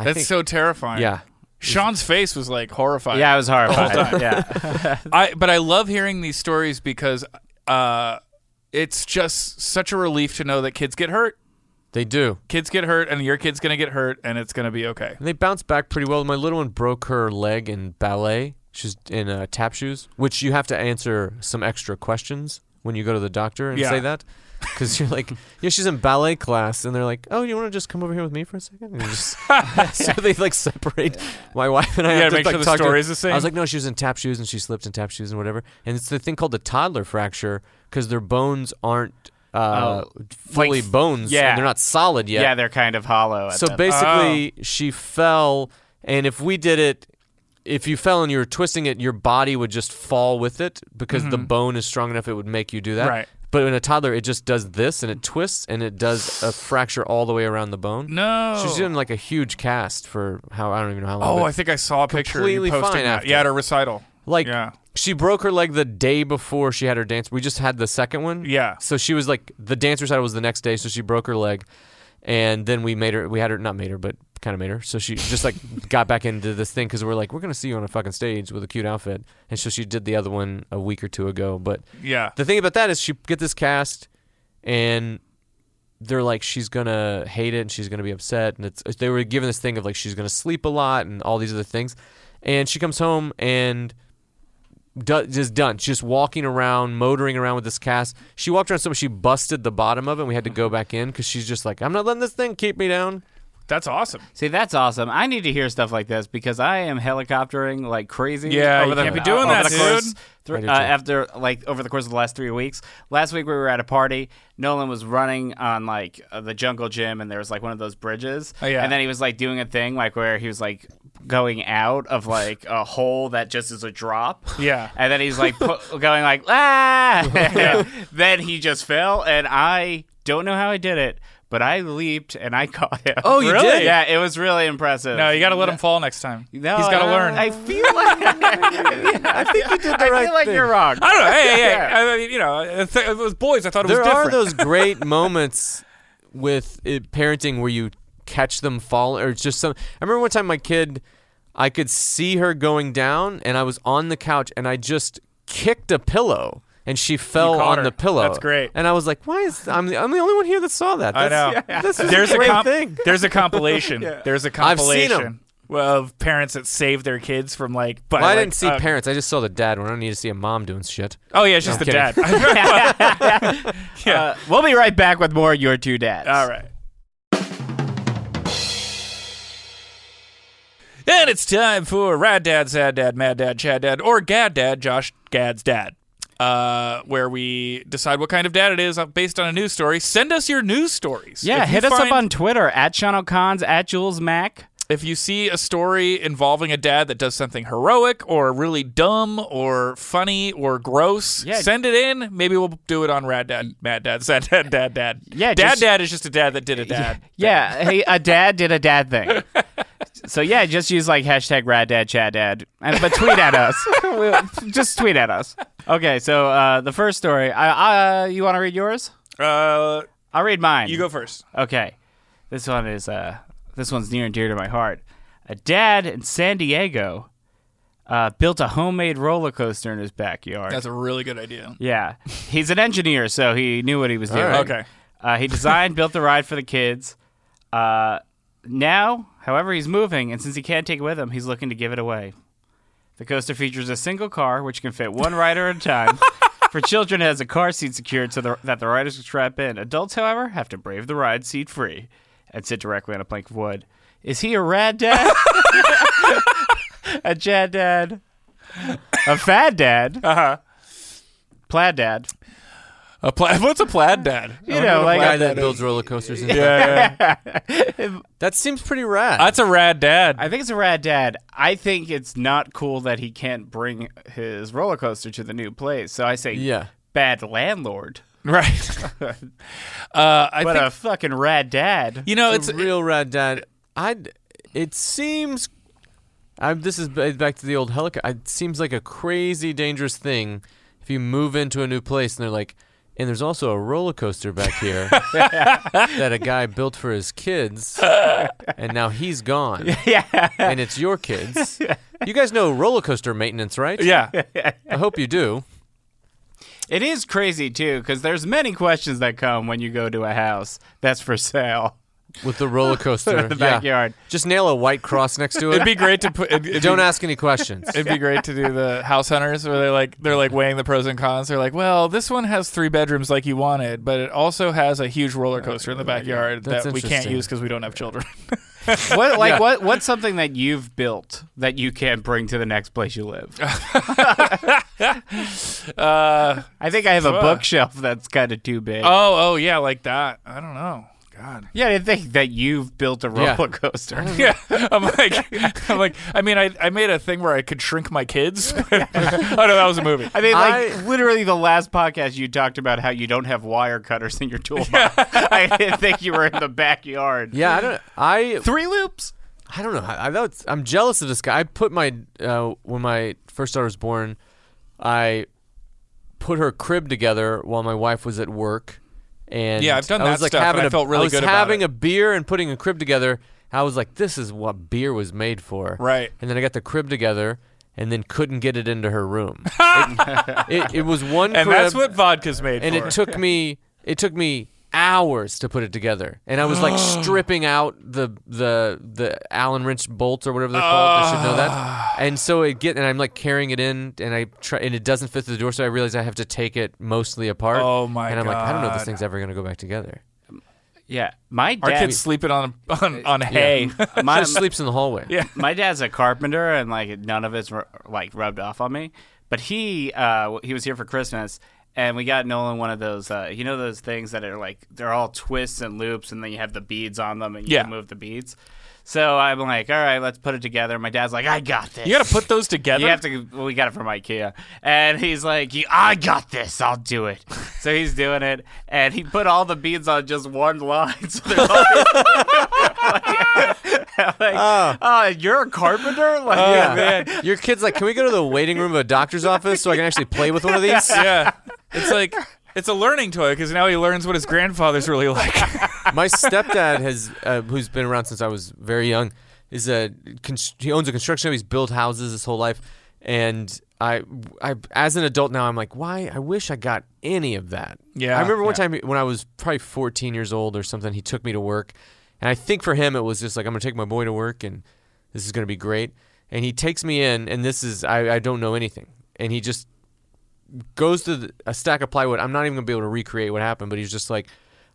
[SPEAKER 4] I
[SPEAKER 3] That's
[SPEAKER 4] think-
[SPEAKER 3] so terrifying.
[SPEAKER 4] Yeah.
[SPEAKER 3] Sean's face was like horrified.
[SPEAKER 2] Yeah, I was horrified. yeah.
[SPEAKER 3] I but I love hearing these stories because uh it's just such a relief to know that kids get hurt.
[SPEAKER 4] They do.
[SPEAKER 3] Kids get hurt and your kid's gonna get hurt and it's gonna be okay.
[SPEAKER 4] And they bounced back pretty well. My little one broke her leg in ballet. She's in uh, tap shoes, which you have to answer some extra questions when you go to the doctor and
[SPEAKER 3] Yeah.
[SPEAKER 4] say that. Because you're like, yeah, she's in ballet class, and they're like, oh, you want to just come over here with me for a second? And you just- so they like separate my wife and I.
[SPEAKER 3] You gotta
[SPEAKER 4] have to,
[SPEAKER 3] make
[SPEAKER 4] like,
[SPEAKER 3] sure the
[SPEAKER 4] talk to her.
[SPEAKER 3] story's the same.
[SPEAKER 4] I was like, no, she was in tap shoes and she slipped in tap shoes and whatever. And it's the thing called the toddler fracture because their bones aren't uh,
[SPEAKER 2] Oh,
[SPEAKER 4] fully
[SPEAKER 2] like-
[SPEAKER 4] bones.
[SPEAKER 2] yeah.
[SPEAKER 4] and they're not solid yet.
[SPEAKER 2] Yeah, they're kind of hollow. At
[SPEAKER 4] So
[SPEAKER 2] the-
[SPEAKER 4] basically,
[SPEAKER 3] Oh.
[SPEAKER 4] she fell, and if we did it, if you fell and you were twisting it, your body would just fall with it because the bone is strong enough; it would make you do that.
[SPEAKER 3] Mm-hmm. Right.
[SPEAKER 4] But in a toddler, it just does this, and it twists, and it does a fracture all the way around the bone.
[SPEAKER 3] no.
[SPEAKER 4] She's in like a huge cast for how I don't even know how
[SPEAKER 3] oh,
[SPEAKER 4] long. but-
[SPEAKER 3] I think I saw a picture.
[SPEAKER 4] Completely
[SPEAKER 3] you posted
[SPEAKER 4] fine
[SPEAKER 3] that.
[SPEAKER 4] after.
[SPEAKER 3] Yeah, at a recital.
[SPEAKER 4] Like
[SPEAKER 3] Yeah.
[SPEAKER 4] she broke her leg the day before she had her dance. We just had the second one.
[SPEAKER 3] Yeah.
[SPEAKER 4] So she was like the dance recital was the next day, so she broke her leg, and then we made her. We had her not made her, but kind of made her. So she just like got back into this thing because we're like we're gonna see you on a fucking stage with a cute outfit, and so she did the other one a week or two ago. But
[SPEAKER 3] Yeah.
[SPEAKER 4] the thing about that is she get this cast, and they're like she's gonna hate it and she's gonna be upset and it's they were given this thing of like she's gonna sleep a lot and all these other things, and she comes home and do, just done. She's just walking around, motoring around with this cast. She walked around so much she busted the bottom of it. and We had to go back in because she's just like I'm not letting this thing keep me down.
[SPEAKER 3] That's awesome.
[SPEAKER 2] see, that's awesome. I need to hear stuff like this because I am helicoptering like crazy.
[SPEAKER 3] Yeah,
[SPEAKER 2] over
[SPEAKER 3] you
[SPEAKER 2] the, uh,
[SPEAKER 3] can't be doing
[SPEAKER 2] over
[SPEAKER 3] that,
[SPEAKER 2] the course,
[SPEAKER 3] dude.
[SPEAKER 2] thr-
[SPEAKER 4] I do
[SPEAKER 2] uh,
[SPEAKER 4] too.
[SPEAKER 2] after like over the course of the last three weeks. Last week we were at a party. Nolan was running on like uh, the jungle gym, and there was like one of those bridges.
[SPEAKER 3] Oh, yeah.
[SPEAKER 2] And then he was like doing a thing like where he was like going out of like a hole that just is a drop.
[SPEAKER 3] Yeah.
[SPEAKER 2] And then he's like pu- going like ah. then he just fell, and I don't know how I did it. But I leaped and I caught him.
[SPEAKER 4] Oh, you
[SPEAKER 2] Really?
[SPEAKER 4] did?
[SPEAKER 2] Yeah, it was really impressive.
[SPEAKER 3] No, you got to let him fall next time.
[SPEAKER 2] No,
[SPEAKER 3] He's got to
[SPEAKER 2] I-
[SPEAKER 3] learn.
[SPEAKER 2] I feel like I think you did the I
[SPEAKER 4] right
[SPEAKER 2] feel like
[SPEAKER 4] thing.
[SPEAKER 2] you're wrong.
[SPEAKER 3] I don't know. Hey, hey,
[SPEAKER 2] Yeah.
[SPEAKER 3] hey. I mean, you know, it it was boys. I thought it
[SPEAKER 4] there
[SPEAKER 3] was different.
[SPEAKER 4] are those great moments with it, parenting where you catch them fall or it's just some i remember one time my kid i could see her going down and i was on the couch and i just kicked a pillow and she fell
[SPEAKER 3] caught
[SPEAKER 4] on
[SPEAKER 3] her.
[SPEAKER 4] the pillow.
[SPEAKER 3] That's great.
[SPEAKER 4] And I was like, "Why is I'm the, I'm the only one here that saw that?"
[SPEAKER 3] I
[SPEAKER 4] That's,
[SPEAKER 3] know.
[SPEAKER 4] This is
[SPEAKER 3] There's
[SPEAKER 4] a great
[SPEAKER 3] comp-
[SPEAKER 4] thing.
[SPEAKER 3] There's a compilation. There's a
[SPEAKER 4] I've seen 'em.
[SPEAKER 3] compilation of parents that save their kids from like. uh, But
[SPEAKER 4] Well, I didn't see parents. I just saw the dad. When I don't need to see a mom doing shit.
[SPEAKER 3] Oh yeah, it's just
[SPEAKER 4] No,
[SPEAKER 3] the
[SPEAKER 4] I'm
[SPEAKER 3] dad.
[SPEAKER 2] Uh, we'll be right back with more Your Two Dads.
[SPEAKER 3] All right. And it's time for Rad Dad, Sad Dad, Mad Dad, Chad Dad, or Gad Dad, Josh Gad's Dad, uh, where we decide what kind of dad it is uh, based on a news story. Send us your news stories.
[SPEAKER 2] Yeah,
[SPEAKER 3] If you
[SPEAKER 2] hit us up
[SPEAKER 3] find-
[SPEAKER 2] on Twitter at Sean O'Cons, at Jules Mac.
[SPEAKER 3] If you see a story involving a dad that does something heroic or really dumb or funny or gross,
[SPEAKER 2] Yeah.
[SPEAKER 3] send it in. Maybe we'll do it on Rad Dad, Mad Dad, Sad Dad, Dad, Dad.
[SPEAKER 2] Yeah,
[SPEAKER 3] Dad,
[SPEAKER 2] just-
[SPEAKER 3] Dad is just a dad that did a dad.
[SPEAKER 2] Yeah, hey, a dad did a dad thing. So yeah, just use like hashtag Rad Dad Chad Dad, and, but tweet at us. We'll- just tweet at us. Okay, so uh, the first story. I, uh, you want to read yours?
[SPEAKER 3] Uh,
[SPEAKER 2] I'll read mine.
[SPEAKER 3] you go first.
[SPEAKER 2] Okay. This one is uh this one's near and dear to my heart. A dad in San Diego uh, built a homemade roller coaster in his backyard.
[SPEAKER 3] That's a really good idea.
[SPEAKER 2] yeah. He's an engineer, so he knew what he was doing.
[SPEAKER 4] right.
[SPEAKER 3] Okay.
[SPEAKER 2] Uh, he designed, built the ride for the kids. Uh, now, however, he's moving, and since he can't take it with him, he's looking to give it away. The coaster features a single car, which can fit one rider at a time. for children, it has a car seat secured so the, that the riders can strap in. Adults, however, have to brave the ride seat free and sit directly on a plank of wood. Is he a rad dad? a jad dad? A fad dad?
[SPEAKER 3] Uh huh.
[SPEAKER 2] Plaid dad?
[SPEAKER 3] A pla- What's a plaid dad?
[SPEAKER 2] You know, like
[SPEAKER 4] Guy that builds roller coasters. And yeah. That seems pretty rad.
[SPEAKER 3] That's a rad dad.
[SPEAKER 2] I think it's a rad dad. I think it's not cool that he can't bring his roller coaster to the new place. So I say,
[SPEAKER 4] yeah.
[SPEAKER 2] bad landlord,
[SPEAKER 3] right. uh,
[SPEAKER 2] but uh,
[SPEAKER 3] I think
[SPEAKER 2] a fucking rad dad.
[SPEAKER 3] you know
[SPEAKER 4] a
[SPEAKER 3] Oh, it's
[SPEAKER 4] real rad dad. I. It seems. I'm. This is ba- back to the old helicopter. It seems like a crazy dangerous thing if you move into a new place and they're like, and there's also a roller coaster back here that a guy built for his kids, and now he's gone. Yeah. And it's your kids. You guys know roller coaster maintenance, right?
[SPEAKER 3] yeah.
[SPEAKER 4] I hope you do.
[SPEAKER 2] It is crazy too, because there's many questions that come when you go to a house that's for sale.
[SPEAKER 4] with the roller coaster.
[SPEAKER 2] the
[SPEAKER 4] Yeah.
[SPEAKER 2] backyard.
[SPEAKER 4] Just nail a white cross next to
[SPEAKER 3] It'd
[SPEAKER 4] it.
[SPEAKER 3] be great to put. It'd, it'd
[SPEAKER 4] Don't
[SPEAKER 3] be,
[SPEAKER 4] ask any questions.
[SPEAKER 3] It'd be great to do the house hunters where they're like they're like weighing the pros and cons. They're like, well, this one has three bedrooms like you wanted, but it also has a huge roller coaster in the backyard
[SPEAKER 4] That's
[SPEAKER 3] that we can't
[SPEAKER 4] interesting.
[SPEAKER 3] use because we don't have children.
[SPEAKER 2] What like what what's something that you've built that you can bring to the next place you live?
[SPEAKER 3] uh,
[SPEAKER 2] I think I have a
[SPEAKER 3] Fuck.
[SPEAKER 2] bookshelf that's kind of too big.
[SPEAKER 3] oh, oh yeah, like that. I don't know. God.
[SPEAKER 2] yeah, I think that you've built a
[SPEAKER 4] Yeah.
[SPEAKER 2] roller coaster.
[SPEAKER 3] Yeah, I'm like, I'm like, I mean, I, I made a thing where I could shrink my kids. oh no, that was a movie.
[SPEAKER 2] I mean, like
[SPEAKER 4] I-
[SPEAKER 2] literally the last podcast you talked about how you don't have wire cutters in your toolbox. I didn't think you were in the backyard.
[SPEAKER 4] Yeah, I don't. I
[SPEAKER 2] Three loops.
[SPEAKER 4] I don't know. I, I thought, I'm jealous of this guy. I put my uh, when my first daughter was born, I put her crib together while my wife was at work, and
[SPEAKER 3] Yeah, I've done
[SPEAKER 4] I
[SPEAKER 3] that
[SPEAKER 4] was, like
[SPEAKER 3] stuff, and
[SPEAKER 4] having
[SPEAKER 3] I
[SPEAKER 4] a-
[SPEAKER 3] felt really
[SPEAKER 4] I was
[SPEAKER 3] good about
[SPEAKER 4] having
[SPEAKER 3] it.
[SPEAKER 4] a beer and putting a crib together. I was like, this is what beer was made for,
[SPEAKER 3] Right.
[SPEAKER 4] And then I got the crib together, and then couldn't get it into her room. it, it, it was one,
[SPEAKER 3] And
[SPEAKER 4] crib,
[SPEAKER 3] that's what vodka's made
[SPEAKER 4] and
[SPEAKER 3] for.
[SPEAKER 4] it took me it took me hours to put it together and i was like stripping out the the the allen wrench bolts or whatever they're called i should know
[SPEAKER 3] Ah.
[SPEAKER 4] that and so it get and i'm like carrying it in and i try and it doesn't fit through the door so i realize i have to take it mostly apart
[SPEAKER 3] Oh, my
[SPEAKER 4] and i'm like i don't know if this
[SPEAKER 3] God.
[SPEAKER 4] thing's ever going to go back together
[SPEAKER 2] Yeah, my
[SPEAKER 3] Our
[SPEAKER 2] dad.
[SPEAKER 3] kids sleeping on on, on hay.
[SPEAKER 2] my,
[SPEAKER 4] just sleeps in the hallway
[SPEAKER 3] Yeah.
[SPEAKER 2] my dad's a carpenter and like none of it's ru- like rubbed off on me but he uh he was here for christmas and we got nolan one of those uh you know those things that are like they're all twists and loops and then you have the beads on them and you
[SPEAKER 3] Yeah.
[SPEAKER 2] can move the beads so i'm like all right let's put it together my dad's like i got this
[SPEAKER 3] You got to put those together.
[SPEAKER 2] you have to. Well, we got it from IKEA, and he's like, "You- "I got this. I'll do it." So he's doing it, and he put all the beads on just one line. So they're all like, oh. you're a carpenter? Like,
[SPEAKER 4] Oh, Yeah. Your kid's like, can we go to the waiting room of a doctor's office so I can actually play with one of these?
[SPEAKER 3] yeah. It's like it's a learning toy because now he learns what his grandfather's really like.
[SPEAKER 4] My stepdad has, uh, who's been around since I was very young, is a const- he owns a construction. company. He's built houses his whole life, and I, I, as an adult now, I'm like, why? I wish I got any of that.
[SPEAKER 3] Yeah,
[SPEAKER 4] I remember one time when I was probably 14 years old or something. He took me to work, and I think for him it was just like, I'm gonna take my boy to work, and this is gonna be great. And he takes me in, and this is I, I don't know anything, and he just goes to the, a stack of plywood. I'm not even gonna be able to recreate what happened, but he's just like,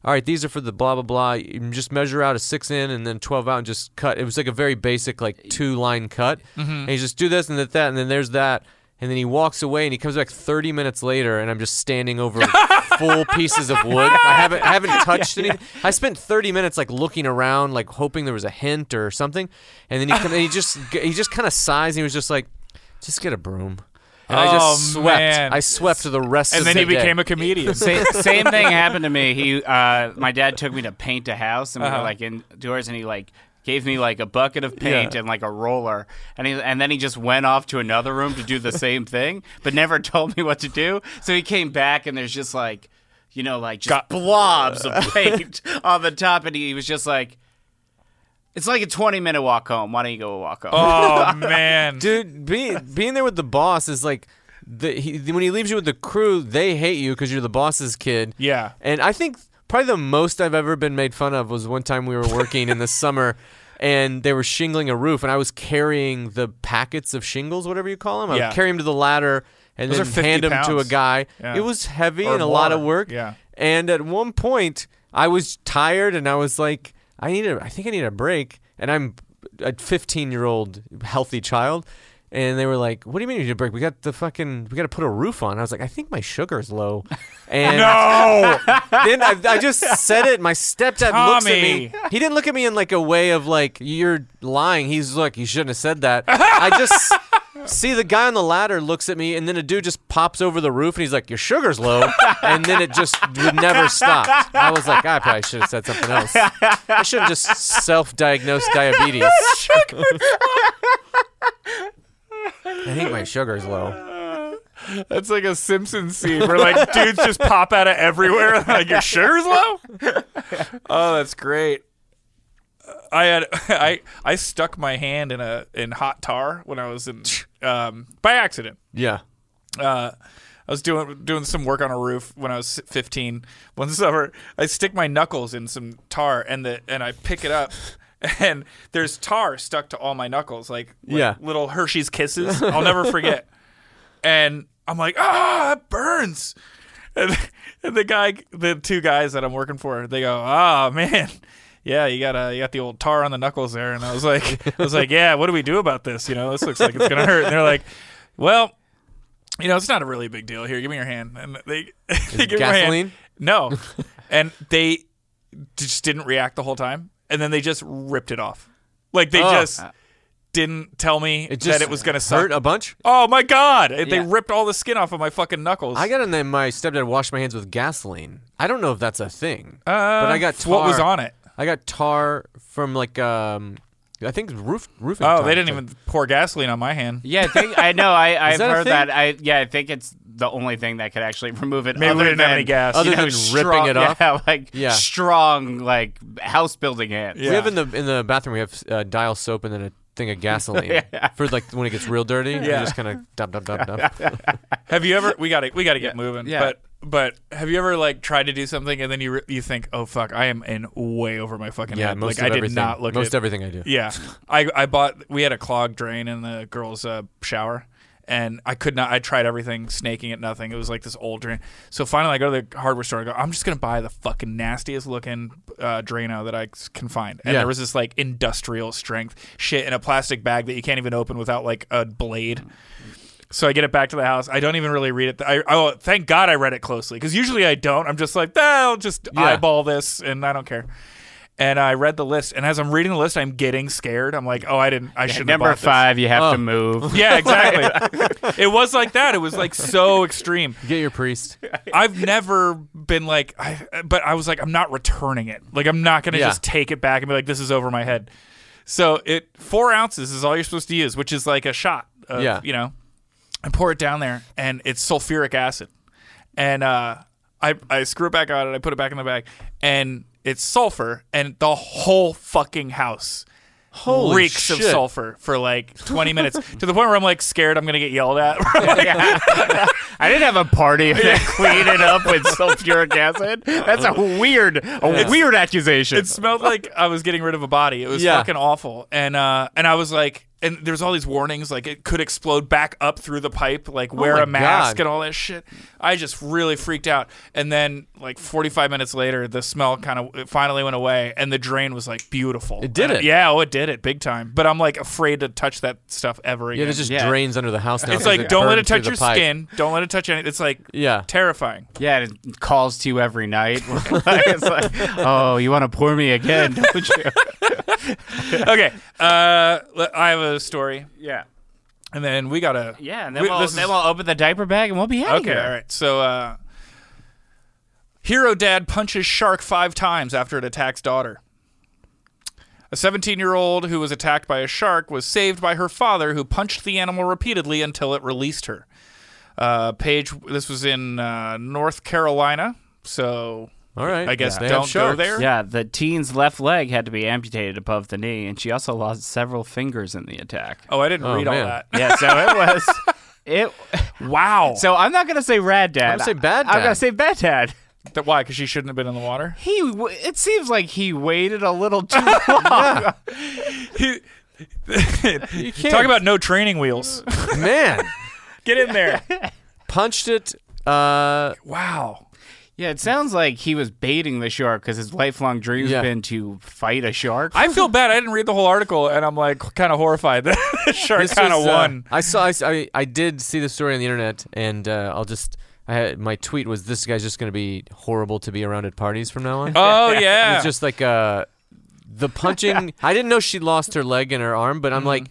[SPEAKER 4] "All right, these are for the blah blah blah. You can just measure out a six in and then twelve out and just cut." It was like a very basic like two line cut,
[SPEAKER 3] Mm-hmm.
[SPEAKER 4] and he's just do this and that that and then there's that, and then he walks away and he comes back 30 minutes later, and I'm just standing over full pieces of wood. I haven't I haven't touched anything. I spent 30 minutes like looking around, like hoping there was a hint or something, and then he come, and he just he just kind of sighs and he was just like, "Just get a broom." And I just
[SPEAKER 3] Oh,
[SPEAKER 4] swept.
[SPEAKER 3] man.
[SPEAKER 4] I swept the rest
[SPEAKER 3] and
[SPEAKER 4] of
[SPEAKER 3] then
[SPEAKER 4] the
[SPEAKER 3] he became
[SPEAKER 4] day.
[SPEAKER 3] a comedian.
[SPEAKER 2] Sa- same thing happened to me. He, uh, my dad took me to paint a house, and we were like indoors, and he like gave me like a bucket of paint and like a roller, and he, and then he just went off to another room to do the same thing, but never told me what to do. So he came back, and there's just like, you know, like just blobs of paint on the top, and he, he was just like. It's like a 20 minute walk home. Why don't you go walk home?
[SPEAKER 3] oh man.
[SPEAKER 4] dude. Being being there with the boss is like. The, he, when he leaves you with the crew, they hate you because you're the boss's kid.
[SPEAKER 3] Yeah.
[SPEAKER 4] And I think probably the most I've ever been made fun of was one time we were working in the summer and they were shingling a roof and I was carrying the packets of shingles, whatever you call them. I
[SPEAKER 3] Yeah.
[SPEAKER 4] would carry them to the ladder and
[SPEAKER 3] Those are
[SPEAKER 4] then
[SPEAKER 3] 50
[SPEAKER 4] hand them to a
[SPEAKER 3] pounds.
[SPEAKER 4] guy.
[SPEAKER 3] Yeah.
[SPEAKER 4] It was heavy
[SPEAKER 3] Or
[SPEAKER 4] and a lot
[SPEAKER 3] more.
[SPEAKER 4] of work.
[SPEAKER 3] Yeah.
[SPEAKER 4] And at one point I was tired and I was like, I need a I think I need a break. And I'm a 15 year old healthy child. And they were like, "What do you mean you need a break? We got the fucking, we got to put a roof on." I was like, "I think my sugar's low," and
[SPEAKER 3] Oh.
[SPEAKER 4] then I, I just said it. My stepdad looks at me.
[SPEAKER 3] Tommy.
[SPEAKER 4] He didn't look at me in like a way of like you're lying. He's like you shouldn't have said that. I just see the guy on the ladder looks at me, and then a dude just pops over the roof, and he's like, "Your sugar's low," and then it just would never stop. I was like, I probably should have said something else. I should have just self-diagnosed diabetes. I think my sugar's low.
[SPEAKER 3] That's like a Simpsons scene where like dudes just pop out of everywhere. Like your sugar's low. Oh, that's great. I had I I stuck my hand in a in hot tar when I was in um by accident.
[SPEAKER 4] Yeah.
[SPEAKER 3] Uh, I was doing doing some work on a roof when I was 15. One summer, I stick my knuckles in some tar and the and I pick it up. And there's tar stuck to all my knuckles, like, like
[SPEAKER 4] Yeah.
[SPEAKER 3] little Hershey's kisses. I'll never forget. And I'm like, ah, it burns. And, and the guy, the two guys that I'm working for, they go, ah, man, yeah, you got uh, you got the old tar on the knuckles there. And I was like, I was like, yeah, what do we do about this? You know, this looks like it's gonna hurt. And they're like, well, you know, it's not a really big deal. Here, give me your hand. And they, they give me my hand.
[SPEAKER 4] gasoline?
[SPEAKER 3] No, and they just didn't react the whole time. And then they just ripped it off. Like they
[SPEAKER 4] Oh.
[SPEAKER 3] just didn't tell me
[SPEAKER 4] It just
[SPEAKER 3] that it was gonna suck.
[SPEAKER 4] hurt a bunch.
[SPEAKER 3] Oh my god! They
[SPEAKER 2] Yeah.
[SPEAKER 3] ripped all the skin off of my fucking knuckles.
[SPEAKER 4] I got in there. My stepdad washed my hands with gasoline. I don't know if that's a thing,
[SPEAKER 3] Uh,
[SPEAKER 4] but I got tar.
[SPEAKER 3] what was on it.
[SPEAKER 4] I got tar from like um, I think roof roofing.
[SPEAKER 3] Oh,
[SPEAKER 4] tar.
[SPEAKER 3] they didn't even pour gasoline on my hand.
[SPEAKER 2] Yeah, I think I know. I I've
[SPEAKER 4] that a
[SPEAKER 2] heard
[SPEAKER 4] thing?
[SPEAKER 2] that. I yeah, I think it's the only thing that could actually remove it.
[SPEAKER 3] Maybe we
[SPEAKER 2] other
[SPEAKER 3] didn't have
[SPEAKER 2] than,
[SPEAKER 3] any gas.
[SPEAKER 2] you
[SPEAKER 4] Other
[SPEAKER 2] know,
[SPEAKER 4] than
[SPEAKER 2] strong-
[SPEAKER 4] ripping it off?
[SPEAKER 2] Yeah, like
[SPEAKER 4] Yeah.
[SPEAKER 2] strong, like house building hands.
[SPEAKER 3] Yeah.
[SPEAKER 4] We have in the in the bathroom. We have uh, dial soap and then a thing of gasoline for like when it gets real dirty. Yeah,
[SPEAKER 3] Yeah.
[SPEAKER 4] just kind of dub dub dub dub.
[SPEAKER 3] Have you ever? We got to we got to get moving.
[SPEAKER 2] Yeah.
[SPEAKER 3] But but have you ever like tried to do something and then you re- you think, oh fuck, I am in way over my fucking
[SPEAKER 4] Yeah,
[SPEAKER 3] head.
[SPEAKER 4] most
[SPEAKER 3] like
[SPEAKER 4] of
[SPEAKER 3] I did
[SPEAKER 4] everything.
[SPEAKER 3] not look
[SPEAKER 4] most
[SPEAKER 3] at
[SPEAKER 4] everything I do.
[SPEAKER 3] Yeah, I I bought. We had a clogged drain in the girls' uh, shower, and I could not. I tried everything, snaking at nothing. It was like this old drain. So finally, I go to the hardware store. I go, I'm just gonna buy the fucking nastiest looking uh, Drano that I c- can find. And
[SPEAKER 4] Yeah.
[SPEAKER 3] there was this like industrial strength shit in a plastic bag that you can't even open without like a blade. So I get it back to the house. I don't even really read it. I oh, thank God I read it closely because usually I don't. I'm just like, ah, I'll just
[SPEAKER 4] Yeah.
[SPEAKER 3] eyeball this and I don't care. And I read the list, and as I'm reading the list, I'm getting scared. I'm like, oh, I didn't. I should
[SPEAKER 2] Number five, you have
[SPEAKER 4] Oh.
[SPEAKER 2] to move.
[SPEAKER 3] Yeah, exactly. it was like that. It was like so extreme.
[SPEAKER 4] Get your priest.
[SPEAKER 3] I've never been like, I, but I was like, I'm not returning it. Like, I'm not gonna
[SPEAKER 4] Yeah.
[SPEAKER 3] just take it back and be like, this is over my head. So it four ounces is all you're supposed to use, which is like a shot. Of,
[SPEAKER 4] Yeah.
[SPEAKER 3] you know, I pour it down there, and it's sulfuric acid, and uh, I I screw it back out, and I put it back in the bag, and it's sulfur, and the whole fucking house
[SPEAKER 4] Holy
[SPEAKER 3] reeks of
[SPEAKER 4] shit.
[SPEAKER 3] sulfur for like 20 minutes to the point where I'm like scared I'm gonna get yelled at.
[SPEAKER 2] I didn't have a party and then clean it up with sulfuric acid. That's a weird, a weird accusation.
[SPEAKER 3] it smelled like I was getting rid of a body. It was
[SPEAKER 4] Yeah.
[SPEAKER 3] fucking awful. And uh, and I was like, and there's all these warnings, like it could explode back up through the pipe, like wear
[SPEAKER 4] Oh my
[SPEAKER 3] a mask
[SPEAKER 4] God.
[SPEAKER 3] and all that shit. I just really freaked out. And then like 45 minutes later, the smell kind of it finally went away, and the drain was like beautiful.
[SPEAKER 4] It did
[SPEAKER 3] And-
[SPEAKER 4] it.
[SPEAKER 3] Yeah, oh, it did it big time. But I'm like afraid to touch that stuff ever again.
[SPEAKER 4] Yeah, it just
[SPEAKER 2] Yeah.
[SPEAKER 4] drains under the house now.
[SPEAKER 3] it's
[SPEAKER 4] 'cause
[SPEAKER 3] like
[SPEAKER 4] it
[SPEAKER 3] don't let
[SPEAKER 4] burned
[SPEAKER 3] it touch
[SPEAKER 4] through
[SPEAKER 3] your
[SPEAKER 4] the pipe.
[SPEAKER 3] skin. Don't let it touch anything. It's like
[SPEAKER 4] Yeah.
[SPEAKER 3] terrifying.
[SPEAKER 2] yeah, and it calls to you every night. it's like, oh, you want to pour me again, don't you?
[SPEAKER 3] okay, uh, le- I have a story,
[SPEAKER 2] Yeah.
[SPEAKER 3] and then we gotta
[SPEAKER 2] Yeah, and then,
[SPEAKER 3] we-
[SPEAKER 2] we, will
[SPEAKER 3] this is-
[SPEAKER 2] then we'll open the diaper bag and we'll be out of
[SPEAKER 3] Okay,
[SPEAKER 2] here.
[SPEAKER 3] all right. So, uh, hero dad punches shark five times after it attacks daughter. A 17 year old who was attacked by a shark was saved by her father, who punched the animal repeatedly until it released her. Uh, Paige, this was in uh, North Carolina, so
[SPEAKER 4] All right.
[SPEAKER 3] I guess
[SPEAKER 4] They have
[SPEAKER 3] don't go
[SPEAKER 4] sharks.
[SPEAKER 3] there.
[SPEAKER 2] Yeah, the teen's left leg had to be amputated above the knee, and she also lost several fingers in the attack.
[SPEAKER 3] Oh, I didn't read all
[SPEAKER 4] man.
[SPEAKER 3] that.
[SPEAKER 2] Yeah, so it was it.
[SPEAKER 3] Wow. So,
[SPEAKER 2] So I'm not gonna say rad dad.
[SPEAKER 4] I'm gonna say bad
[SPEAKER 2] I'm gonna
[SPEAKER 4] dad.
[SPEAKER 2] say bad dad.
[SPEAKER 3] why? Because she shouldn't have been in the water.
[SPEAKER 2] He. w- It seems like he waited a little too long.
[SPEAKER 4] You can't.
[SPEAKER 3] Talk about no training wheels.
[SPEAKER 4] man.
[SPEAKER 3] Get in there.
[SPEAKER 4] Punched it. Uh,
[SPEAKER 3] wow.
[SPEAKER 2] yeah, it sounds like he was baiting the shark because his lifelong dream's
[SPEAKER 4] Yeah.
[SPEAKER 2] been to fight a shark.
[SPEAKER 3] I feel bad. I didn't read the whole article, and I'm like kind of horrified that the shark
[SPEAKER 4] This
[SPEAKER 3] kind of
[SPEAKER 4] was, uh,
[SPEAKER 3] won.
[SPEAKER 4] I saw. I, s- I- I did see the story on the internet, and uh, I'll just. I had, my tweet was, "This guy's just going to be horrible to be around at parties from now on."
[SPEAKER 3] oh yeah,
[SPEAKER 4] It's just like uh, the punching. I didn't know she lost her leg and her arm, but
[SPEAKER 3] Mm-hmm.
[SPEAKER 4] I'm like,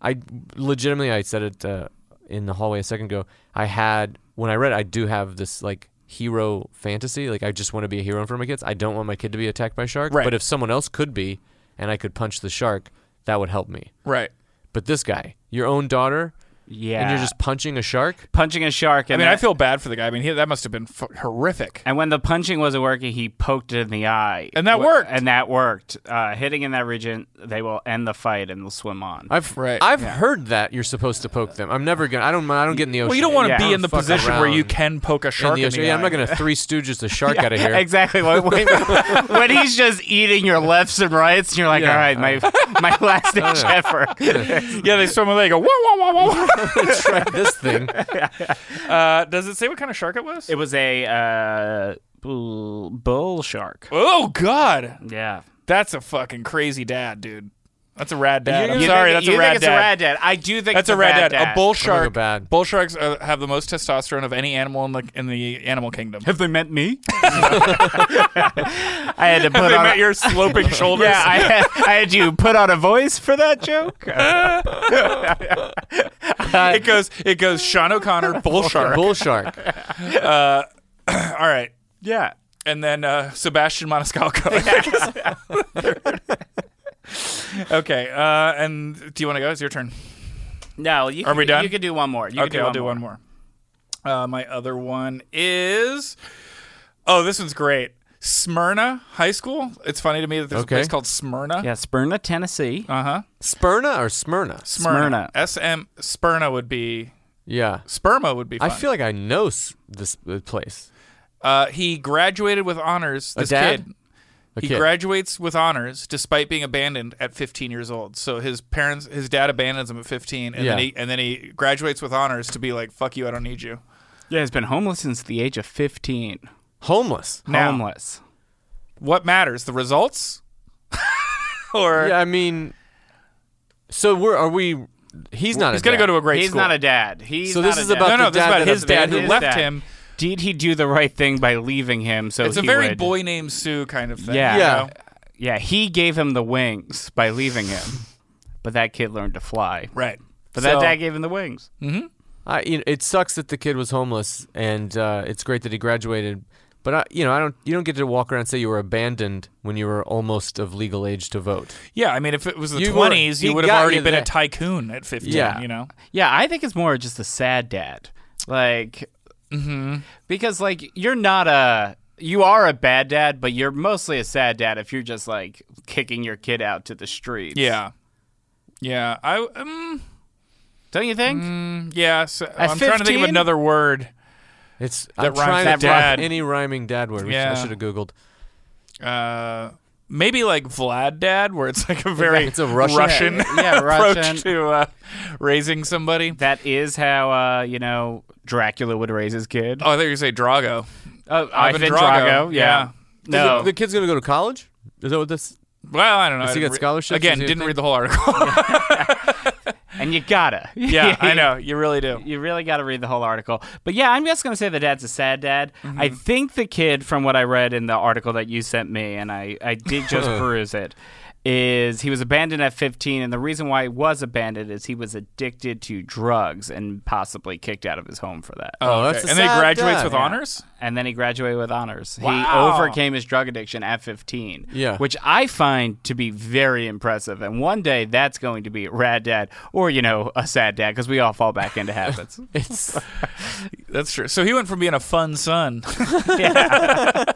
[SPEAKER 4] I legitimately, I said it uh, in the hallway a second ago. I had when I read, it, I do have this like hero fantasy. Like I just want to be a hero for my kids. I don't want my kid to be attacked by a shark.
[SPEAKER 3] Right.
[SPEAKER 4] But if someone else could be, and I could punch the shark, that would help me.
[SPEAKER 3] right.
[SPEAKER 4] But this guy, your own daughter,
[SPEAKER 2] Yeah.
[SPEAKER 4] and you're just punching a shark.
[SPEAKER 2] punching a shark.
[SPEAKER 3] I
[SPEAKER 2] And
[SPEAKER 3] mean, I
[SPEAKER 2] that-
[SPEAKER 3] feel bad for the guy. I mean, he, that must have been f- horrific.
[SPEAKER 2] And when the punching wasn't working, he poked it in the eye.
[SPEAKER 3] And that
[SPEAKER 2] Wha-
[SPEAKER 3] worked.
[SPEAKER 2] And that worked. Uh, hitting in that region, they will end the fight and they'll swim on.
[SPEAKER 4] I've
[SPEAKER 3] Right,
[SPEAKER 4] I've heard that you're supposed to poke them. I'm never gonna. I don't. I don't get in the ocean.
[SPEAKER 3] Well, you don't want to
[SPEAKER 2] Yeah.
[SPEAKER 3] be in the
[SPEAKER 4] Fuck
[SPEAKER 3] position where you
[SPEAKER 4] around.
[SPEAKER 3] can poke a
[SPEAKER 4] In
[SPEAKER 3] shark
[SPEAKER 4] the ocean. yeah, I'm
[SPEAKER 3] eye.
[SPEAKER 4] not gonna three stooges the shark out of here.
[SPEAKER 2] Exactly. When, when, when he's just eating your lefts and rights, and you're like,
[SPEAKER 4] Yeah.
[SPEAKER 2] all right, my my last ditch effort.
[SPEAKER 3] Yeah, they swim away. They go whoa, whoa, whoa, whoa, whoa.
[SPEAKER 4] Try this thing.
[SPEAKER 3] Uh, does it say what kind of shark it was?
[SPEAKER 2] it was a uh, bull, bull shark.
[SPEAKER 3] oh God,
[SPEAKER 2] Yeah.
[SPEAKER 3] that's a fucking crazy dad, dude. That's a rad dad.
[SPEAKER 4] You-
[SPEAKER 3] I'm
[SPEAKER 4] you
[SPEAKER 3] sorry,
[SPEAKER 2] think,
[SPEAKER 3] that's
[SPEAKER 2] you
[SPEAKER 3] a rad
[SPEAKER 2] think it's
[SPEAKER 3] dad.
[SPEAKER 2] a rad dad. I do think
[SPEAKER 3] That's
[SPEAKER 2] it's
[SPEAKER 3] a rad dad. A bull
[SPEAKER 4] gonna go
[SPEAKER 3] shark.
[SPEAKER 4] bad.
[SPEAKER 3] Bull sharks uh, have the most testosterone of any animal in the in the animal kingdom.
[SPEAKER 2] Have they met me? I had to put
[SPEAKER 3] they
[SPEAKER 2] on
[SPEAKER 3] met
[SPEAKER 2] a-
[SPEAKER 3] your sloping shoulders.
[SPEAKER 2] Yeah, I had, I had you put on a voice for that joke.
[SPEAKER 3] it goes it goes Sean O'Connor, bull shark.
[SPEAKER 4] Bull shark.
[SPEAKER 3] All right.
[SPEAKER 2] yeah.
[SPEAKER 3] And then uh, Sebastian Maniscalco. okay. Uh, and do you want to go? It's your turn.
[SPEAKER 2] No, you
[SPEAKER 3] Are
[SPEAKER 2] can,
[SPEAKER 3] we done?
[SPEAKER 2] You can do one more. You can
[SPEAKER 3] okay,
[SPEAKER 2] do
[SPEAKER 3] I'll
[SPEAKER 2] one
[SPEAKER 3] do
[SPEAKER 2] more.
[SPEAKER 3] one more. Uh, my other one is oh, this one's great. Smyrna High School. It's funny to me that there's
[SPEAKER 4] Okay.
[SPEAKER 3] a place called Smyrna.
[SPEAKER 2] Yeah, Smyrna, Tennessee.
[SPEAKER 3] Uh huh.
[SPEAKER 4] Sperna or Smyrna?
[SPEAKER 2] Smyrna.
[SPEAKER 3] S M Smyrna would be
[SPEAKER 4] Yeah.
[SPEAKER 3] sperma would be.
[SPEAKER 4] I
[SPEAKER 3] Fun.
[SPEAKER 4] feel like I know s- this uh, place.
[SPEAKER 3] Uh, he graduated with honors. This
[SPEAKER 4] dad?
[SPEAKER 3] kid.
[SPEAKER 4] A
[SPEAKER 3] He
[SPEAKER 4] kid.
[SPEAKER 3] graduates with honors despite being abandoned at 15 years old. So his parents, his dad abandons him at 15, and then
[SPEAKER 4] Yeah.
[SPEAKER 3] he and then he graduates with honors to be like, "Fuck you, I don't need you."
[SPEAKER 2] Yeah, he's been homeless since the age of 15.
[SPEAKER 4] Homeless.
[SPEAKER 3] Now.
[SPEAKER 2] Homeless.
[SPEAKER 3] What matters? The results, or
[SPEAKER 4] Yeah, I mean, so we're are we? He's not.
[SPEAKER 3] he's
[SPEAKER 4] a
[SPEAKER 3] gonna
[SPEAKER 4] dad.
[SPEAKER 3] go to a great
[SPEAKER 2] He's
[SPEAKER 3] school.
[SPEAKER 2] not a dad. He's
[SPEAKER 4] So
[SPEAKER 2] not
[SPEAKER 4] this
[SPEAKER 2] a
[SPEAKER 4] is
[SPEAKER 2] dad.
[SPEAKER 4] about
[SPEAKER 3] no, no,
[SPEAKER 4] the
[SPEAKER 3] this is
[SPEAKER 4] dad
[SPEAKER 3] about
[SPEAKER 4] that
[SPEAKER 3] his dad who
[SPEAKER 2] abandoned-
[SPEAKER 3] left
[SPEAKER 2] His dad.
[SPEAKER 3] him.
[SPEAKER 2] Did he do the right thing by leaving him? So
[SPEAKER 3] It's a
[SPEAKER 2] he
[SPEAKER 3] very
[SPEAKER 2] would-
[SPEAKER 3] boy named Sue kind of thing.
[SPEAKER 2] Yeah.
[SPEAKER 3] you
[SPEAKER 4] Yeah.
[SPEAKER 3] know?
[SPEAKER 2] Yeah, he gave him the wings by leaving him, but that kid learned to fly.
[SPEAKER 3] right.
[SPEAKER 2] But that
[SPEAKER 3] So-
[SPEAKER 2] dad gave him the wings.
[SPEAKER 4] I, you know, it sucks that the kid was homeless, and uh, it's great that he graduated. But I, you know, I don't. You don't get to walk around and say you were abandoned when you were almost of legal age to vote.
[SPEAKER 3] Yeah, I mean, if it was the
[SPEAKER 4] You were-
[SPEAKER 3] 20s,
[SPEAKER 4] he
[SPEAKER 3] you would have
[SPEAKER 4] got
[SPEAKER 3] already
[SPEAKER 4] you
[SPEAKER 3] been a
[SPEAKER 4] there.
[SPEAKER 3] tycoon at 15.
[SPEAKER 4] Yeah.
[SPEAKER 3] you know.
[SPEAKER 2] Yeah, I think it's more just a sad dad. Like,
[SPEAKER 3] Mm-hmm.
[SPEAKER 2] because like you're not a you are a bad dad, but you're mostly a sad dad if you're just like kicking your kid out to the streets.
[SPEAKER 3] Yeah. Yeah, I um,
[SPEAKER 2] don't you think?
[SPEAKER 3] Mm. yeah. So, I'm trying to think of
[SPEAKER 2] 15?
[SPEAKER 3] another word.
[SPEAKER 4] It's
[SPEAKER 3] That
[SPEAKER 4] I'm
[SPEAKER 3] rhymes
[SPEAKER 4] trying
[SPEAKER 3] with
[SPEAKER 4] to
[SPEAKER 3] dad.
[SPEAKER 4] find any rhyming dad word. which
[SPEAKER 3] Yeah.
[SPEAKER 4] I should have googled.
[SPEAKER 3] Uh, maybe like Vlad Dad, where it's like a very
[SPEAKER 4] It's a Russian-
[SPEAKER 2] Yeah,
[SPEAKER 3] approach
[SPEAKER 2] Russian.
[SPEAKER 3] to uh, raising somebody. Oh,
[SPEAKER 2] That is how uh, you know Dracula would raise his kid.
[SPEAKER 3] Oh, I thought you were gonna say Drago.
[SPEAKER 2] Oh,
[SPEAKER 3] Ivan
[SPEAKER 2] Ivan
[SPEAKER 3] Drago,
[SPEAKER 2] Drago. Yeah.
[SPEAKER 4] Is
[SPEAKER 2] No.
[SPEAKER 4] it- the kid's gonna go to college. Is that what this?
[SPEAKER 3] Well, I don't know.
[SPEAKER 4] Does
[SPEAKER 3] I
[SPEAKER 4] he
[SPEAKER 3] didn't
[SPEAKER 4] get scholarships?
[SPEAKER 3] Again,
[SPEAKER 4] Does he
[SPEAKER 3] didn't
[SPEAKER 4] think-
[SPEAKER 3] read the whole article.
[SPEAKER 2] and you gotta.
[SPEAKER 3] yeah, I know. You really do.
[SPEAKER 2] You really got to read the whole article. But yeah, I'm just going to say the dad's a sad dad.
[SPEAKER 3] Mm-hmm.
[SPEAKER 2] I think the kid, from what I read in the article that you sent me, and I, I did just peruse it, is he was abandoned at 15. And the reason why he was abandoned is he was addicted to drugs and possibly kicked out of his home for that.
[SPEAKER 4] Oh, that's
[SPEAKER 3] Okay.
[SPEAKER 4] a
[SPEAKER 3] and then he
[SPEAKER 4] sad
[SPEAKER 3] graduates
[SPEAKER 4] dad.
[SPEAKER 3] with
[SPEAKER 4] Yeah.
[SPEAKER 3] honors.
[SPEAKER 2] And then he graduated with honors.
[SPEAKER 3] Wow.
[SPEAKER 2] He overcame his drug addiction at 15,
[SPEAKER 4] Yeah.
[SPEAKER 2] which I find to be very impressive. And one day that's going to be a rad dad or, you know, a sad dad because we all fall back into habits.
[SPEAKER 4] It's
[SPEAKER 3] That's true. So he went from being a fun son.
[SPEAKER 2] to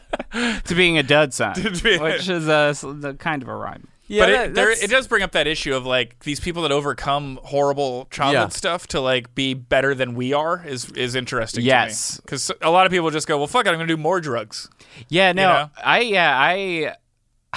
[SPEAKER 2] being a dud sign,
[SPEAKER 3] being-
[SPEAKER 2] which is a, the kind of a rhyme.
[SPEAKER 4] yeah.
[SPEAKER 3] but
[SPEAKER 4] that-
[SPEAKER 3] it, there,
[SPEAKER 4] that's-
[SPEAKER 3] it does bring up that issue of like these people that overcome horrible childhood
[SPEAKER 4] Yeah.
[SPEAKER 3] stuff to like be better than we are is is interesting.
[SPEAKER 2] Yes.
[SPEAKER 3] because a lot of people just go, well, fuck it, I'm gonna do more drugs.
[SPEAKER 2] Yeah, no,
[SPEAKER 3] know?
[SPEAKER 2] I yeah I.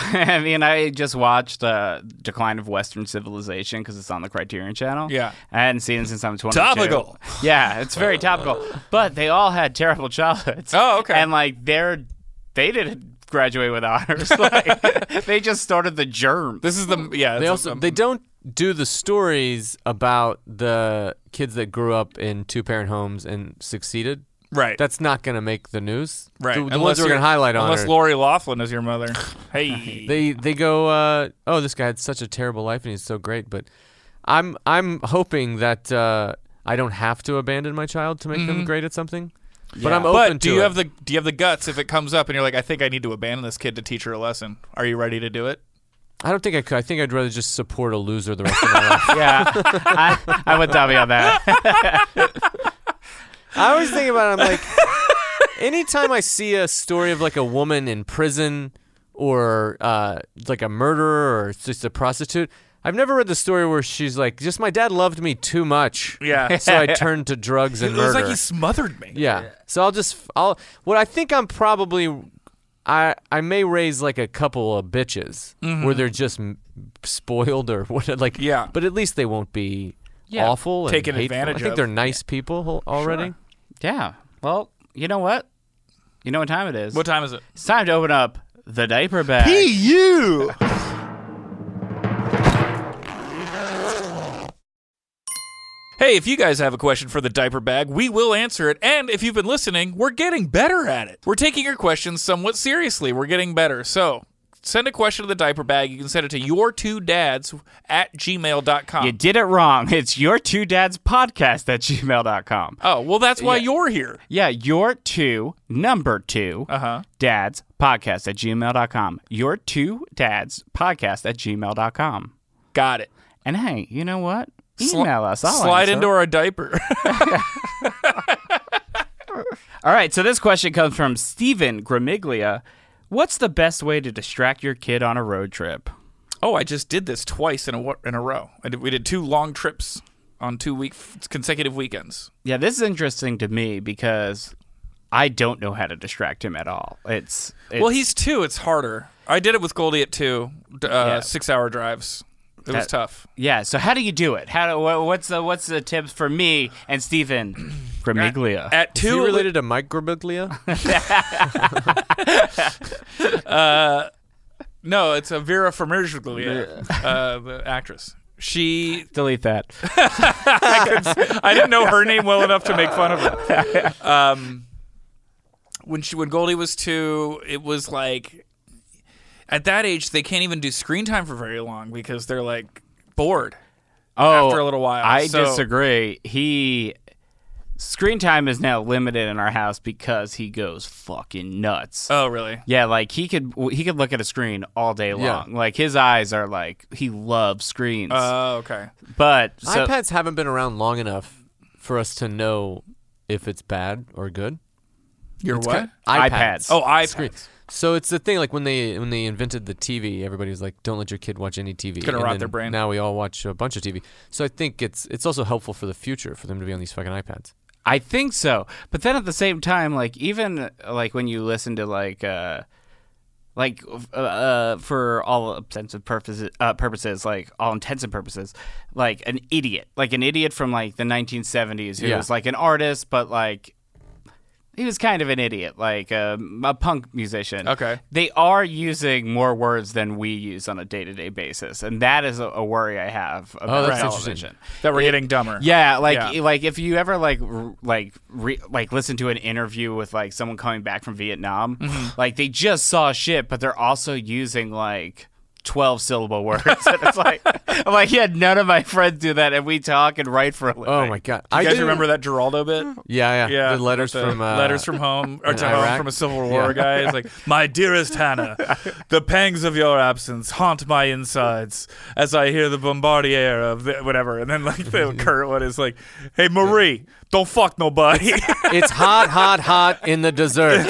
[SPEAKER 2] I mean, I just watched uh, "Decline of Western Civilization" because it's on the Criterion Channel.
[SPEAKER 3] Yeah.
[SPEAKER 2] I hadn't seen it since I'm 22.
[SPEAKER 3] Topical.
[SPEAKER 2] Yeah, it's very topical. But they all had terrible childhoods.
[SPEAKER 3] Oh, okay.
[SPEAKER 2] And like they're they didn't graduate with honors. Like they just started the germ.
[SPEAKER 3] This is the yeah.
[SPEAKER 4] They
[SPEAKER 3] it's a-
[SPEAKER 4] also
[SPEAKER 3] um,
[SPEAKER 4] they don't do the stories about the kids that grew up in two parent homes and succeeded.
[SPEAKER 3] right
[SPEAKER 4] That's not going to make the news.
[SPEAKER 3] right.
[SPEAKER 4] The, the
[SPEAKER 3] Unless
[SPEAKER 4] ones we're
[SPEAKER 3] you're-
[SPEAKER 4] going to highlight on
[SPEAKER 3] unless
[SPEAKER 4] are-
[SPEAKER 3] Lori Laughlin is your mother. Hey,
[SPEAKER 4] They they go. Uh, oh, this guy had such a terrible life and he's so great. But I'm I'm hoping that uh, I don't have to abandon my child to make them great at something. Mm-hmm. But I'm open
[SPEAKER 3] but
[SPEAKER 4] to
[SPEAKER 3] do you
[SPEAKER 4] it.
[SPEAKER 3] have the do you have the guts if it comes up and you're like, I think I need to abandon this kid to teach her a lesson? Are you ready to do it?
[SPEAKER 4] I don't think I could. I think I'd rather just support a loser the rest of my life.
[SPEAKER 2] Yeah, I, I'm with Tommy on that.
[SPEAKER 4] I always think about it. I'm like, anytime I see a story of like a woman in prison or uh, like a murderer or just a prostitute, I've never read the story where she's like, just my dad loved me too much.
[SPEAKER 3] Yeah.
[SPEAKER 4] So I turned to drugs and
[SPEAKER 3] It was
[SPEAKER 4] murder.
[SPEAKER 3] like he smothered me.
[SPEAKER 4] Yeah. So I'll just I'll what I think I'm probably I I may raise like a couple of bitches where they're just m- spoiled or what like
[SPEAKER 3] Mm-hmm. Yeah.
[SPEAKER 4] But at least they won't be
[SPEAKER 2] Yeah.
[SPEAKER 4] awful and
[SPEAKER 3] Taken
[SPEAKER 4] hateful.
[SPEAKER 3] advantage
[SPEAKER 4] I think
[SPEAKER 3] of.
[SPEAKER 4] they're nice people hol- already.
[SPEAKER 2] yeah. Well, you know what? You know what time it is.
[SPEAKER 3] What time is it?
[SPEAKER 2] It's time to open up the diaper bag.
[SPEAKER 3] You. Hey, if you guys have a question for the diaper bag, we will answer it. And if you've been listening, we're getting better at it. We're taking your questions somewhat seriously. We're getting better. So send a question to the diaper bag. You can send it to your two dads at gmail.com.
[SPEAKER 2] You did it wrong. It's your two dads podcast at gmail.com.
[SPEAKER 3] oh, well, that's why you're here.
[SPEAKER 2] Yeah, your two, number two,
[SPEAKER 3] Uh huh.
[SPEAKER 2] dads podcast at gmail.com. Your two dads podcast at gmail.com.
[SPEAKER 3] Got it.
[SPEAKER 2] And hey, you know what?
[SPEAKER 3] Sli-
[SPEAKER 2] Email us. I'll
[SPEAKER 3] Slide
[SPEAKER 2] answer.
[SPEAKER 3] into our diaper.
[SPEAKER 2] All right, so this question comes from Steven Gramiglia. What's the best way to distract your kid on a road trip?
[SPEAKER 3] Oh, I just did this twice in a wa- in a row. I did, we did two long trips on two week consecutive weekends.
[SPEAKER 2] Yeah, this is interesting to me because I don't know how to distract him at all. It's, it's
[SPEAKER 3] well, he's two. It's harder. I did it with Goldie at two, d- uh,
[SPEAKER 2] Yeah.
[SPEAKER 3] six hour drives. It was
[SPEAKER 2] That-
[SPEAKER 3] tough.
[SPEAKER 2] yeah. So how do you do it? How do, wha- what's the what's the tips for me and Steven Gramiglia?
[SPEAKER 3] At
[SPEAKER 4] Is he
[SPEAKER 3] two,
[SPEAKER 4] related to Mike Grabiglia?
[SPEAKER 3] no, it's a Vera Farmiga, uh, the actress. She
[SPEAKER 2] Delete that.
[SPEAKER 3] I didn't know her name well enough to make fun of her. Um, when she when Goldie was two, it was like at that age they can't even do screen time for very long because they're like bored.
[SPEAKER 2] Oh,
[SPEAKER 3] After a little while,
[SPEAKER 2] I
[SPEAKER 3] so-
[SPEAKER 2] disagree. He screen time is now limited in our house because he goes fucking nuts.
[SPEAKER 3] Oh, really?
[SPEAKER 2] Yeah, like he could he could look at a screen all day long. Like his eyes are like he loves screens.
[SPEAKER 3] Oh, okay.
[SPEAKER 2] but so,
[SPEAKER 4] iPads haven't been around long enough for us to know if it's bad or good.
[SPEAKER 3] Your what?
[SPEAKER 2] iPads.
[SPEAKER 3] oh, I
[SPEAKER 4] So it's the thing, like when they when they invented the TV, everybody was like, "Don't let your kid watch any TV." It's
[SPEAKER 3] gonna rot their brain.
[SPEAKER 4] Now we all watch a bunch of TV. So I think it's it's also helpful for the future for them to be on these fucking iPads.
[SPEAKER 2] I think so. But then at the same time, like even like when you listen to like uh like uh, uh for all intents and purposes uh, purposes like all intents and purposes like an idiot like an idiot from like the 1970s who
[SPEAKER 4] Yeah.
[SPEAKER 2] was like an artist but like he was kind of an idiot like um, a punk musician
[SPEAKER 3] Okay.
[SPEAKER 2] they are using more words than we use on a day-to-day basis and that is a, a worry i have about
[SPEAKER 4] Oh, that's
[SPEAKER 2] television
[SPEAKER 4] interesting.
[SPEAKER 3] That we're getting dumber.
[SPEAKER 2] yeah, like
[SPEAKER 3] Yeah.
[SPEAKER 2] like if you ever like r- like re- like listen to an interview with like someone coming back from Vietnam,
[SPEAKER 3] Mm-hmm.
[SPEAKER 2] like they just saw shit, but they're also using like twelve syllable words. and it's like I'm like, yeah, none of my friends do that, and we talk and write for a living.
[SPEAKER 4] Oh my god!
[SPEAKER 3] You
[SPEAKER 4] I
[SPEAKER 3] guys
[SPEAKER 4] didn't-
[SPEAKER 3] remember that Geraldo bit?
[SPEAKER 4] Yeah, yeah.
[SPEAKER 3] Yeah,
[SPEAKER 4] the letters
[SPEAKER 3] with
[SPEAKER 4] from uh,
[SPEAKER 3] letters from home or
[SPEAKER 4] in
[SPEAKER 3] to home
[SPEAKER 4] Iraq.
[SPEAKER 3] from a Civil War
[SPEAKER 4] Yeah.
[SPEAKER 3] guy. It's like, my dearest Hannah, the pangs of your absence haunt my insides as I hear the bombardier of the, whatever. And then like the current one is like, hey Marie, don't fuck nobody.
[SPEAKER 4] it's hot, hot, hot in the dessert.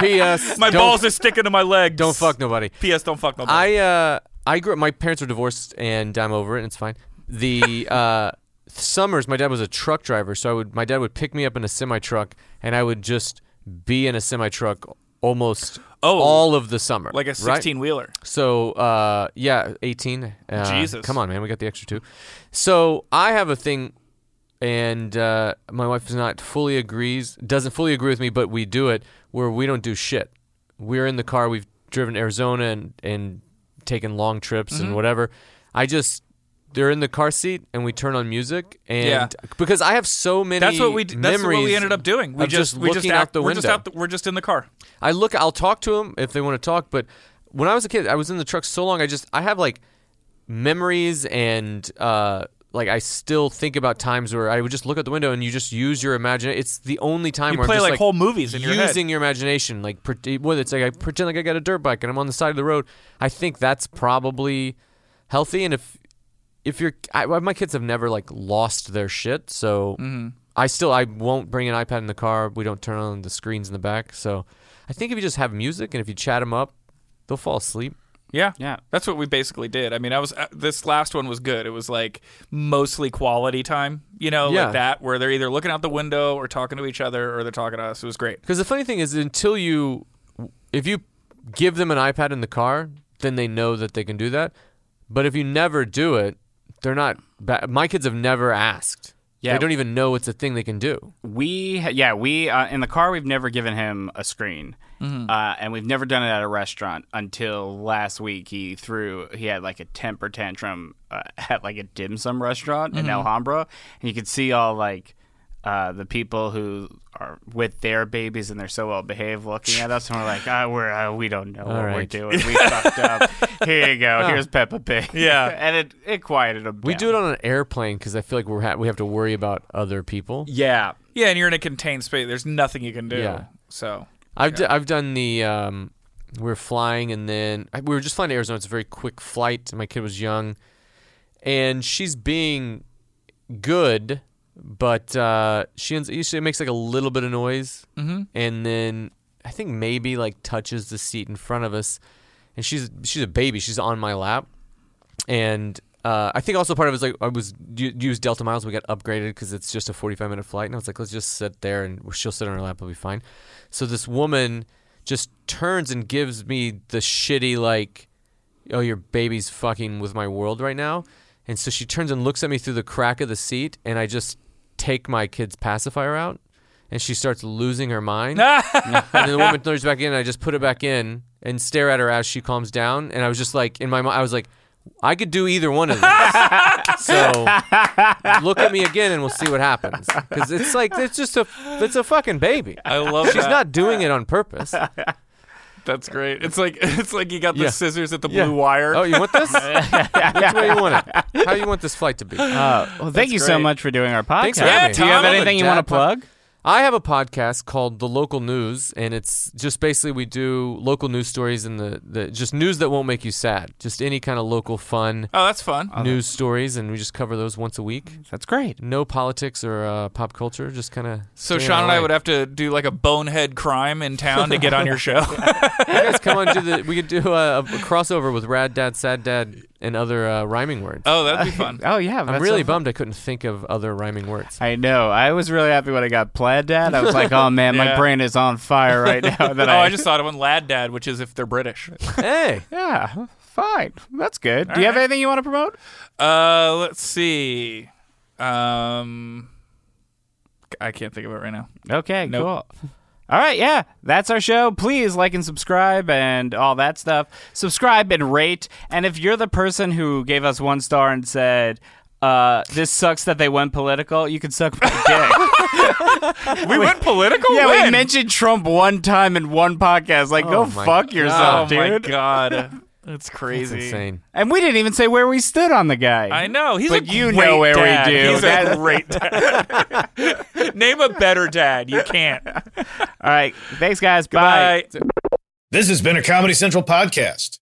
[SPEAKER 4] P.S.
[SPEAKER 3] my
[SPEAKER 4] don't,
[SPEAKER 3] balls are sticking to my legs.
[SPEAKER 4] Don't fuck nobody.
[SPEAKER 3] P.S. Don't fuck nobody.
[SPEAKER 4] I uh I grew up my parents were divorced and I'm over it and it's fine. The uh summers my dad was a truck driver so I would my dad would pick me up in a semi truck and I would just be in a semi truck almost
[SPEAKER 3] Oh.
[SPEAKER 4] all of the summer.
[SPEAKER 3] like a
[SPEAKER 4] right?
[SPEAKER 3] sixteen wheeler.
[SPEAKER 4] So uh, yeah, eighteen. Uh,
[SPEAKER 3] Jesus.
[SPEAKER 4] come on, man, we got the extra two. So I have a thing, and uh, my wife is not fully agrees, doesn't fully agree with me, but we do it where we don't do shit. We're in the car. We've driven to Arizona and and taken long trips
[SPEAKER 3] Mm-hmm.
[SPEAKER 4] and whatever. I just. They're in the car seat, and we turn on music, and
[SPEAKER 3] Yeah.
[SPEAKER 4] because I have so many
[SPEAKER 3] That's what we. d- That's what
[SPEAKER 4] memories
[SPEAKER 3] we ended up doing. We
[SPEAKER 4] of just,
[SPEAKER 3] we
[SPEAKER 4] looking
[SPEAKER 3] just
[SPEAKER 4] out
[SPEAKER 3] act-
[SPEAKER 4] the
[SPEAKER 3] we're
[SPEAKER 4] window.
[SPEAKER 3] Just out the, we're just in the car.
[SPEAKER 4] I look, I'll talk to them if they want to talk. But when I was a kid, I was in the truck so long. I just, I have like memories and uh, like I still think about times where I would just look out the window and you just use your imagination. It's the only time
[SPEAKER 3] You
[SPEAKER 4] where
[SPEAKER 3] play,
[SPEAKER 4] I'm just,
[SPEAKER 3] like,
[SPEAKER 4] like,
[SPEAKER 3] whole movies in your
[SPEAKER 4] using
[SPEAKER 3] head.
[SPEAKER 4] your imagination. Like pre- whether it's like I pretend like I got a dirt bike and I'm on the side of the road. I think that's probably healthy. And if if you're, I, my kids have never like lost their shit, so I still I won't bring an iPad in the car. We don't turn on the screens in the back. So I think if you just have music and if you chat them up, they'll fall asleep.
[SPEAKER 3] Yeah.
[SPEAKER 2] Yeah.
[SPEAKER 3] That's what we basically did. I mean, I was uh, this last one was good. It was like mostly quality time, you know,
[SPEAKER 4] Yeah.
[SPEAKER 3] like that where they're either looking out the window or talking to each other or they're talking to us. It was great.
[SPEAKER 4] Because the funny thing is, until you, if you give them an iPad in the car, then they know that they can do that. But if you never do it, they're not. Ba- my kids have never asked.
[SPEAKER 2] Yeah.
[SPEAKER 4] they don't even know it's a thing they can do.
[SPEAKER 2] We yeah we uh, in the car we've never given him a screen,
[SPEAKER 4] Mm-hmm.
[SPEAKER 2] uh, and we've never done it at a restaurant until last week. He threw he had like a temper tantrum uh, at like a dim sum restaurant
[SPEAKER 4] Mm-hmm.
[SPEAKER 2] in Alhambra, and you could see all like uh, the people who are with their babies and they're so well behaved looking at us, and we're like, ah, we're uh, we don't know what we're
[SPEAKER 4] right.
[SPEAKER 2] doing. We fucked up. Here you go. Here's Peppa Pig.
[SPEAKER 3] Yeah.
[SPEAKER 2] and it it quieted him.
[SPEAKER 4] We do it on an airplane because I feel like we're ha- we have to worry about other people.
[SPEAKER 2] Yeah.
[SPEAKER 3] Yeah, and you're in a contained space. There's nothing you can do.
[SPEAKER 4] Yeah.
[SPEAKER 3] So,
[SPEAKER 4] I've, d- I've done the um, we were flying and then I, we were just flying to Arizona. It's a very quick flight. My kid was young, and she's being good, but uh, she ends, usually makes like a little bit of noise, mm-hmm. and then I think maybe like touches the seat in front of us, and she's she's a baby. She's on my lap, and uh, I think also part of it is like I was u- used Delta Miles. We got upgraded because it's just a 45 minute flight, and I was like, let's just sit there and she'll sit on her lap. We'll be fine. So this woman just turns and gives me the shitty like, oh, your baby's fucking with my world right now. And so she turns and looks at me through the crack of the seat, and I just take my kid's pacifier out, and she starts losing her mind. and then the woman turns back in, and I just put it back in and stare at her as she calms down. And I was just like, in my mind, I was like, I could do either one of these. so look at me again, and we'll see what happens. Because it's like it's just a it's a fucking baby.
[SPEAKER 3] I love
[SPEAKER 4] She's
[SPEAKER 3] that.
[SPEAKER 4] not doing it on purpose.
[SPEAKER 3] That's great. It's like it's like you got the
[SPEAKER 4] Yeah.
[SPEAKER 3] scissors at the
[SPEAKER 4] Yeah.
[SPEAKER 3] blue wire.
[SPEAKER 4] Oh, you want this? Which way you want it? How you want this flight to be?
[SPEAKER 2] Uh, Well, thank you so
[SPEAKER 3] great.
[SPEAKER 2] much for doing our podcast.
[SPEAKER 4] Thanks for having me.
[SPEAKER 2] do you have
[SPEAKER 3] Tom, I'm a
[SPEAKER 2] anything you want to
[SPEAKER 4] dad pod-
[SPEAKER 2] plug?
[SPEAKER 4] I have a podcast called The Local News, and it's just basically we do local news stories and the, the just news that won't make you sad, just any kind of local fun
[SPEAKER 3] Oh, that's fun.
[SPEAKER 4] news stories, and we just cover those once a week.
[SPEAKER 2] That's great.
[SPEAKER 4] No politics or uh, pop culture, just kind of.
[SPEAKER 3] So Sean and I would have to do like a bonehead crime in town to get on your show.
[SPEAKER 4] You guys come on, do the. We could do a, a crossover with Rad Dad, Sad Dad, and other uh, rhyming words.
[SPEAKER 3] oh, that'd be fun.
[SPEAKER 2] Oh yeah,
[SPEAKER 4] I'm really bummed I couldn't think of other rhyming words.
[SPEAKER 2] I know. I was really happy when I got plaid dad. I was like, oh man,
[SPEAKER 3] Yeah.
[SPEAKER 2] my brain is on fire right now. And
[SPEAKER 3] Oh,
[SPEAKER 2] then
[SPEAKER 3] I just thought of one, Lad Dad, which is if they're British.
[SPEAKER 4] hey,
[SPEAKER 2] yeah, fine. That's good. do you have anything you want to promote?
[SPEAKER 3] Uh, let's see. Um, I can't think of it right now.
[SPEAKER 2] Okay,
[SPEAKER 3] Nope.
[SPEAKER 2] cool. All right, yeah, that's our show. Please like and subscribe and all that stuff. Subscribe and rate. And if you're the person who gave us one star and said, uh, this sucks that they went political, you can suck my dick.
[SPEAKER 3] We, went political.
[SPEAKER 2] Yeah, we
[SPEAKER 3] when?
[SPEAKER 2] mentioned Trump one time in one podcast. Like, go
[SPEAKER 4] Oh my
[SPEAKER 2] fuck
[SPEAKER 3] Oh
[SPEAKER 2] yourself,
[SPEAKER 3] my
[SPEAKER 2] dude.
[SPEAKER 3] god, that's crazy.
[SPEAKER 4] insane.
[SPEAKER 2] And we didn't even say where we stood on the guy.
[SPEAKER 3] I know. He's
[SPEAKER 2] But
[SPEAKER 3] a
[SPEAKER 2] you
[SPEAKER 3] great
[SPEAKER 2] know where we
[SPEAKER 3] dad.
[SPEAKER 2] do.
[SPEAKER 3] He's a
[SPEAKER 2] That-
[SPEAKER 3] great dad. Name a better dad. You can't. Uh,
[SPEAKER 2] All right. Thanks, guys. Bye.
[SPEAKER 3] Bye.
[SPEAKER 1] This has been a Comedy Central podcast.